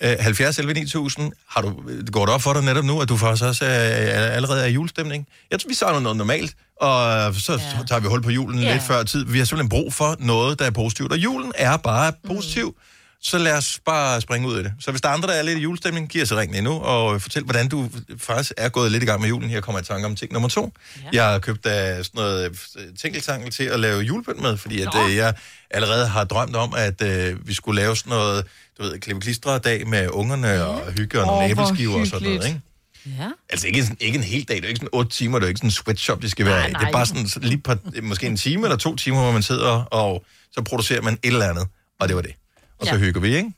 Øh, 70 11 9000, har du, øh, går det op for dig netop nu, at du faktisk også øh, er- allerede er i julestemning? Jeg tror, vi savner noget normalt, og så ja. tager vi hul på julen
Ja.
lidt før tid. Vi har simpelthen brug for noget, der er positivt, og julen er bare positiv. Så lad os bare springe ud af det. Så hvis der er andre, der er lidt i julestemning, giv os et ring endnu, og øh, fortæl, hvordan du faktisk er gået lidt i gang med julen. Her kommer jeg i tanke om ting nummer to. Ja. Jeg har købt uh, sådan noget øh, tinkeltangel til at lave julepynt med, fordi at, uh, jeg allerede har drømt om, at uh, vi skulle lave sådan noget, du ved, klippe dag med ungerne og hygge og nogle
Åh, hvor
æbleskiver og sådan noget,
hyggeligt.
ikke?
Ja.
Altså ikke, sådan- ikke en hel dag, det er jo ikke sådan 8 timer, det er jo ikke sådan en sweatshop, det skal være
Nej,
i.
nej.
Det er bare sådan så lige par, måske en time eller to timer, hvor man sidder, og så producerer man et eller andet, og det var det. Og så
Ja.
hygger vi, ikke?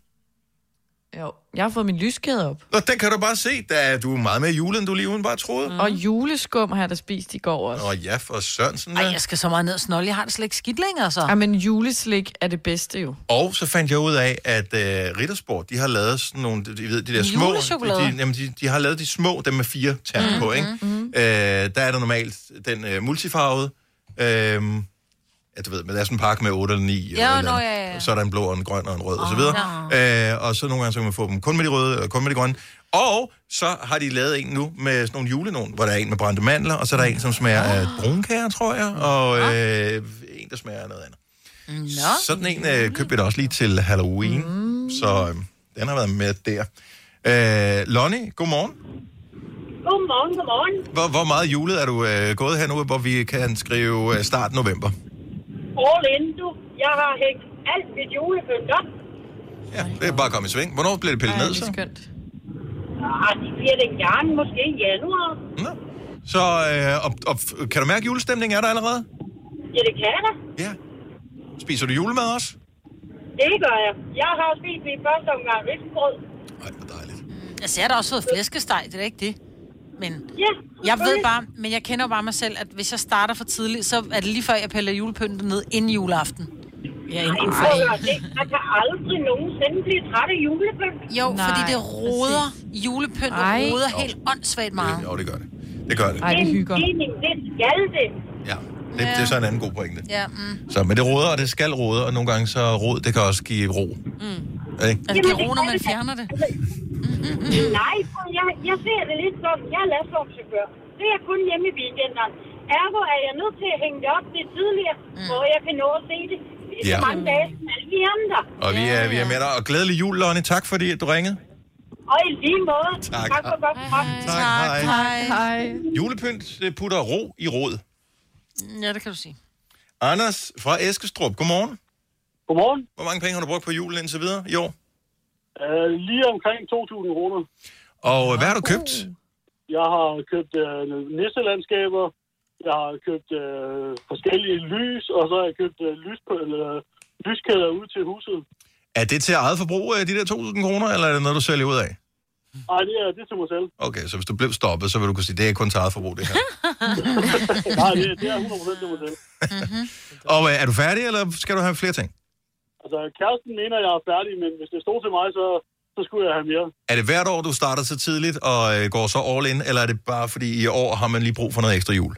Jo, jeg har fået min lyskæde op.
Nå, den kan du bare se, da du er meget mere julet, end du lige udenbart troede.
Mm. Og juleskum har jeg da spist i går også.
Nå ja, for Sørensen.
Ej, jeg skal så meget ned og snolle. Jeg har det slet ikke skidt længere, så.
Ja, men juleslik er det bedste jo.
Og så fandt jeg ud af, at øh, Rittersport, de har lavet sådan nogle, de, de, de der små...
Julechokolader.
De, jamen, de, de har lavet de små, dem med fire tern mm, på, ikke? Mm. Øh, der er der normalt den øh, multifarvede. Øh, ja, du ved, men der er sådan en pakke med 8 eller 9.
Ja,
eller et
nå,
eller andet.
ja, ja, ja.
Så er der en blå og en grøn og en rød oh, og så videre. Øh, og så nogle gange, så kan man få dem kun med de røde og kun med de grønne. Og så har de lavet en nu med sådan nogle julenogen, hvor der er en med brændte mandler, og så er der en, som smager af brunkager, tror jeg, og øh, en, der smager af noget andet.
Nå.
Sådan en øh, købte vi da også lige til Halloween, mm. så øh, den har været med der. Øh, Lonnie, godmorgen.
Godmorgen, godmorgen.
Hvor, hvor meget julet er du øh, gået her nu, hvor vi kan skrive øh, start november?
All in, du. Jeg har hængt alt mit julepynt op.
Ja, det er bare at komme i sving. Hvornår bliver det pillet ned så?
Ah, de bliver det gerne måske i januar.
Så øh, og, og, kan du mærke, at julestemningen er der allerede?
Ja, det kan jeg da.
Spiser du julemad også?
Det gør jeg. Jeg har spist min første omgang risengrød.
Altså, jeg har da også fået flæskesteg, det er da ikke det. Men
Ja,
jeg ved bare, men jeg kender jo bare mig selv, at hvis jeg starter for tidligt, så er det lige før, jeg piller julepyntet ned inden juleaften. Ja,
Ej,
inden
prøv at høre, det- man kan aldrig nogensinde blive træt af julepynt.
Jo, fordi det roder, julepyntet
Ej.
roder helt åndssvagt meget.
Jo, det gør det. Det gør det.
Ej, det hygger.
Mening, det skal det.
Det, det er så en anden god pointe.
Ja, mm.
Så, men det råder, og det skal råde, og nogle gange så rod, det kan også give ro.
Mm.
Ikke?
Altså, det roder, man fjerner det.
Altså, Nej, prøv, jeg, jeg ser det lidt som, jeg er lastvognschauffør. Det er kun hjemme i weekenderne. Ergo er jeg nødt til at hænge det op lidt tidligere, mm. hvor jeg kan nå at se det. Det er
Ja.
så mange dage, som alle vi andre.
Og vi er, vi er med dig. Og glædelig jul, Lonnie. Tak fordi at du ringede.
Og i lige måde.
Tak.
tak for godt. Hej,
Tak, hej.
Hej.
Hej.
Julepynt det putter ro i råd.
Ja, det kan du sige.
Anders fra Eskestrup, godmorgen.
Godmorgen.
Hvor mange penge har du brugt på julen indtil videre i år?
Øh, lige omkring 2.000 kroner.
Og øh, hvad har du købt?
Jeg har købt øh, nisselandskaber, jeg har købt øh, forskellige lys, og så har jeg købt øh, lys, eller, lyskæder ud til huset.
Er det til eget forbrug, øh, de der 2.000 kroner, eller er det noget, du sælger ud af?
Ej, det er, det er til mig selv.
Okay, så hvis du blev stoppet, så vil du kunne sige, det er kun til eget forbrug, det her.
Nej, det, er- det er 100% til mig selv.
og øh, er du færdig, eller skal du have flere ting?
Altså, kæresten mener, jeg er færdig, men hvis det stod til mig, så, så skulle jeg have mere.
Er det hvert år, du starter så tidligt og øh, går så all in, eller er det bare fordi i år har man lige brug for noget ekstra jul?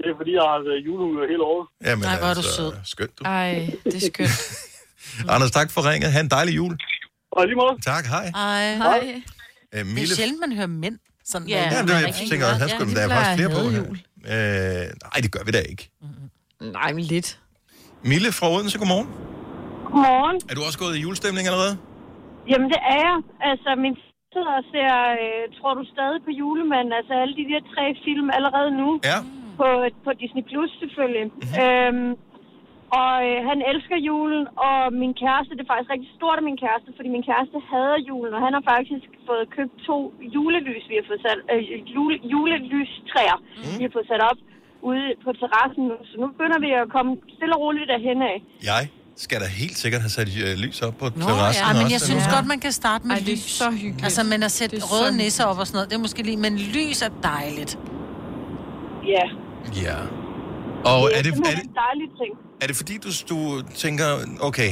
Det er, fordi jeg har været julehumør hele året.
Jamen, altså,
Nej, hvor er du sød.
Skønt.
Ej, det er skønt.
Anders, tak for ringet. Ha' en dejlig jul.
Og lige måde.
Tak, hej.
Ej.
Hej.
Hej.
Æ,
Ah, Det er sjældent, man hører mænd sådan.
Ja, ja det, jeg tænker også, han skulle, ja, der er faktisk flere på. her. Øh, nej, det gør vi da ikke.
Mm-hmm. Nej, men lidt.
Mille fra Odense, godmorgen.
Godmorgen.
Er du også gået i julestemning allerede?
Jamen, det er jeg. Altså, min søn sidder og ser, øh, tror du stadig på julemanden? Altså, alle de der tre film allerede nu.
Ja.
På, på Disney Plus, selvfølgelig. Mm-hmm. Øhm, og øh, han elsker julen, og min kæreste, det er faktisk rigtig stort af min kæreste, fordi min kæreste hader julen, og han har faktisk fået købt to julelys, vi har fået sat, øh, jule, julelystræer, mm. vi har fået sat op ude på terrassen nu. Så nu begynder vi at komme stille og roligt derhen af.
Jeg skal da helt sikkert have sat øh, lys op på
Nå, ja.
terrassen.
Ej, men
også
jeg synes
dernede.
godt, man kan starte med
Ej, det er
lys. så hyggeligt. Altså, men at sætte
så
røde
hyggeligt.
nisser op og sådan noget, det er måske lige... Men lys er dejligt.
Ja.
Ja. Og er det,
Det
er,
er
det,
en dejlig ting.
er det fordi, du, du tænker, okay,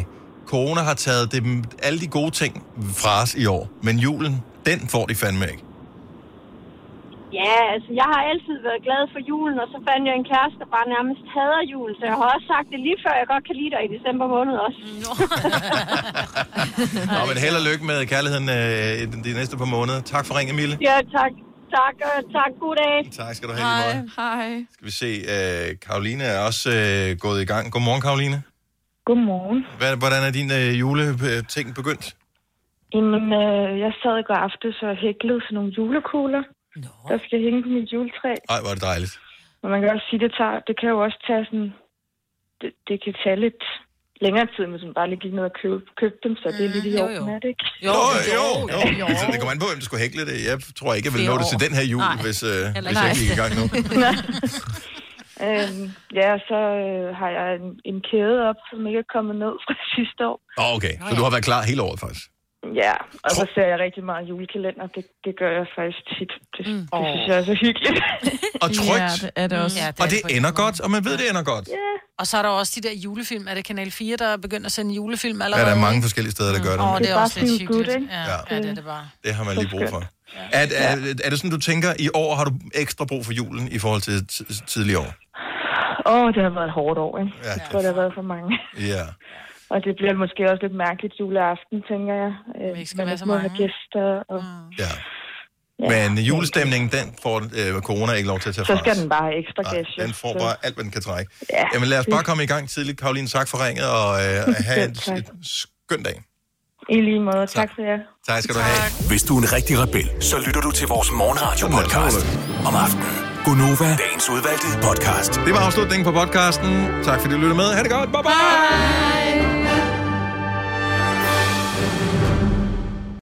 corona har taget dem, alle de gode ting fra os i år, men julen, den får de fandme ikke.
Ja, altså jeg har altid været glad for julen, og så fandt jeg en kæreste, der bare nærmest hader julen, så jeg har også sagt det lige før, jeg godt kan lide dig i december måned også.
Nå, men held og lykke med kærligheden øh, i de- de næste par måneder. Tak for ringen, Mille.
ja, tak. Tak, og tak. God dag.
Tak skal du have, Hej. Limøje.
Hej.
Skal vi se, øh, Karoline er også øh, gået i gang. Godmorgen, Karoline.
Godmorgen.
Hvad, hvordan er din øh, juleting begyndt?
Jamen, øh, jeg sad i går aftes og hæklede sådan nogle julekugler, Nå. der skal hænge på mit juletræ.
Ej, hvor er det dejligt.
Men man kan også sige, det, tager, det kan jo også tage sådan... Det, det kan tage lidt længere tid, hvis man bare lige gik ned og købe, købe dem, så det er lidt i
jo,
orden, er det ikke?
Jo, jo, jo. jo. Det, det kommer an på, hvem du skulle hækle det. Jeg tror ikke, jeg vil
Flere
nå det til
år.
den her jul,
Nej.
hvis, øh,
Heller
hvis jeg ikke
ikke.
gik i gang nu.
øhm, ja, og så øh, har jeg en, en kæde op, som ikke er kommet ned fra sidste år.
Åh, okay. Så du har været klar hele året, faktisk.
Ja, og så ser jeg rigtig meget julekalender. Det, det gør jeg faktisk tit. Det, mm. det synes jeg er så hyggeligt.
Og trygt.
Ja, det er det også.
Ja,
og det ender godt, og man ved, det ender godt.
Og så er der også de der julefilm. Er det Kanal 4, der er begyndt at sende julefilm
Ja,
allerede?
der er mange forskellige steder, der gør det.
Åh, oh, det er også
men
lidt hyggeligt.
ikke?
ja, ja, det er det bare.
Det har man lige brug for. Er, er, er det sådan, du tænker, i år har du ekstra brug for julen i forhold til t- tidligere år?
Åh, oh, det har været et hårdt år, ikke?
Ja,
jeg tror, det har været for mange.
Ja.
Og det bliver måske også lidt mærkeligt juleaften, tænker jeg. Øh, ikke skal man
være så
må
mange.
have gæster, og mm.
ja. Men julestemningen, den får øh, corona ikke lov til at tage
så
fra
skal
os.
den bare have ekstra
Nej,
gæster.
Den får
så-
bare alt, hvad den kan trække.
Ja.
Jamen lad os bare komme i gang tidligt, Karoline. Tak for ringet, og øh, have en
Selv tak.
en skøn dag.
I lige måde. Tak, for jer.
Tak skal du have.
Hvis du er en rigtig rebel, så lytter du til vores morgenradio-podcast om aftenen. Gunova, dagens udvalgte podcast.
Det var afslutningen på podcasten. Tak fordi du lyttede med. Ha' det godt. Bye bye. bye.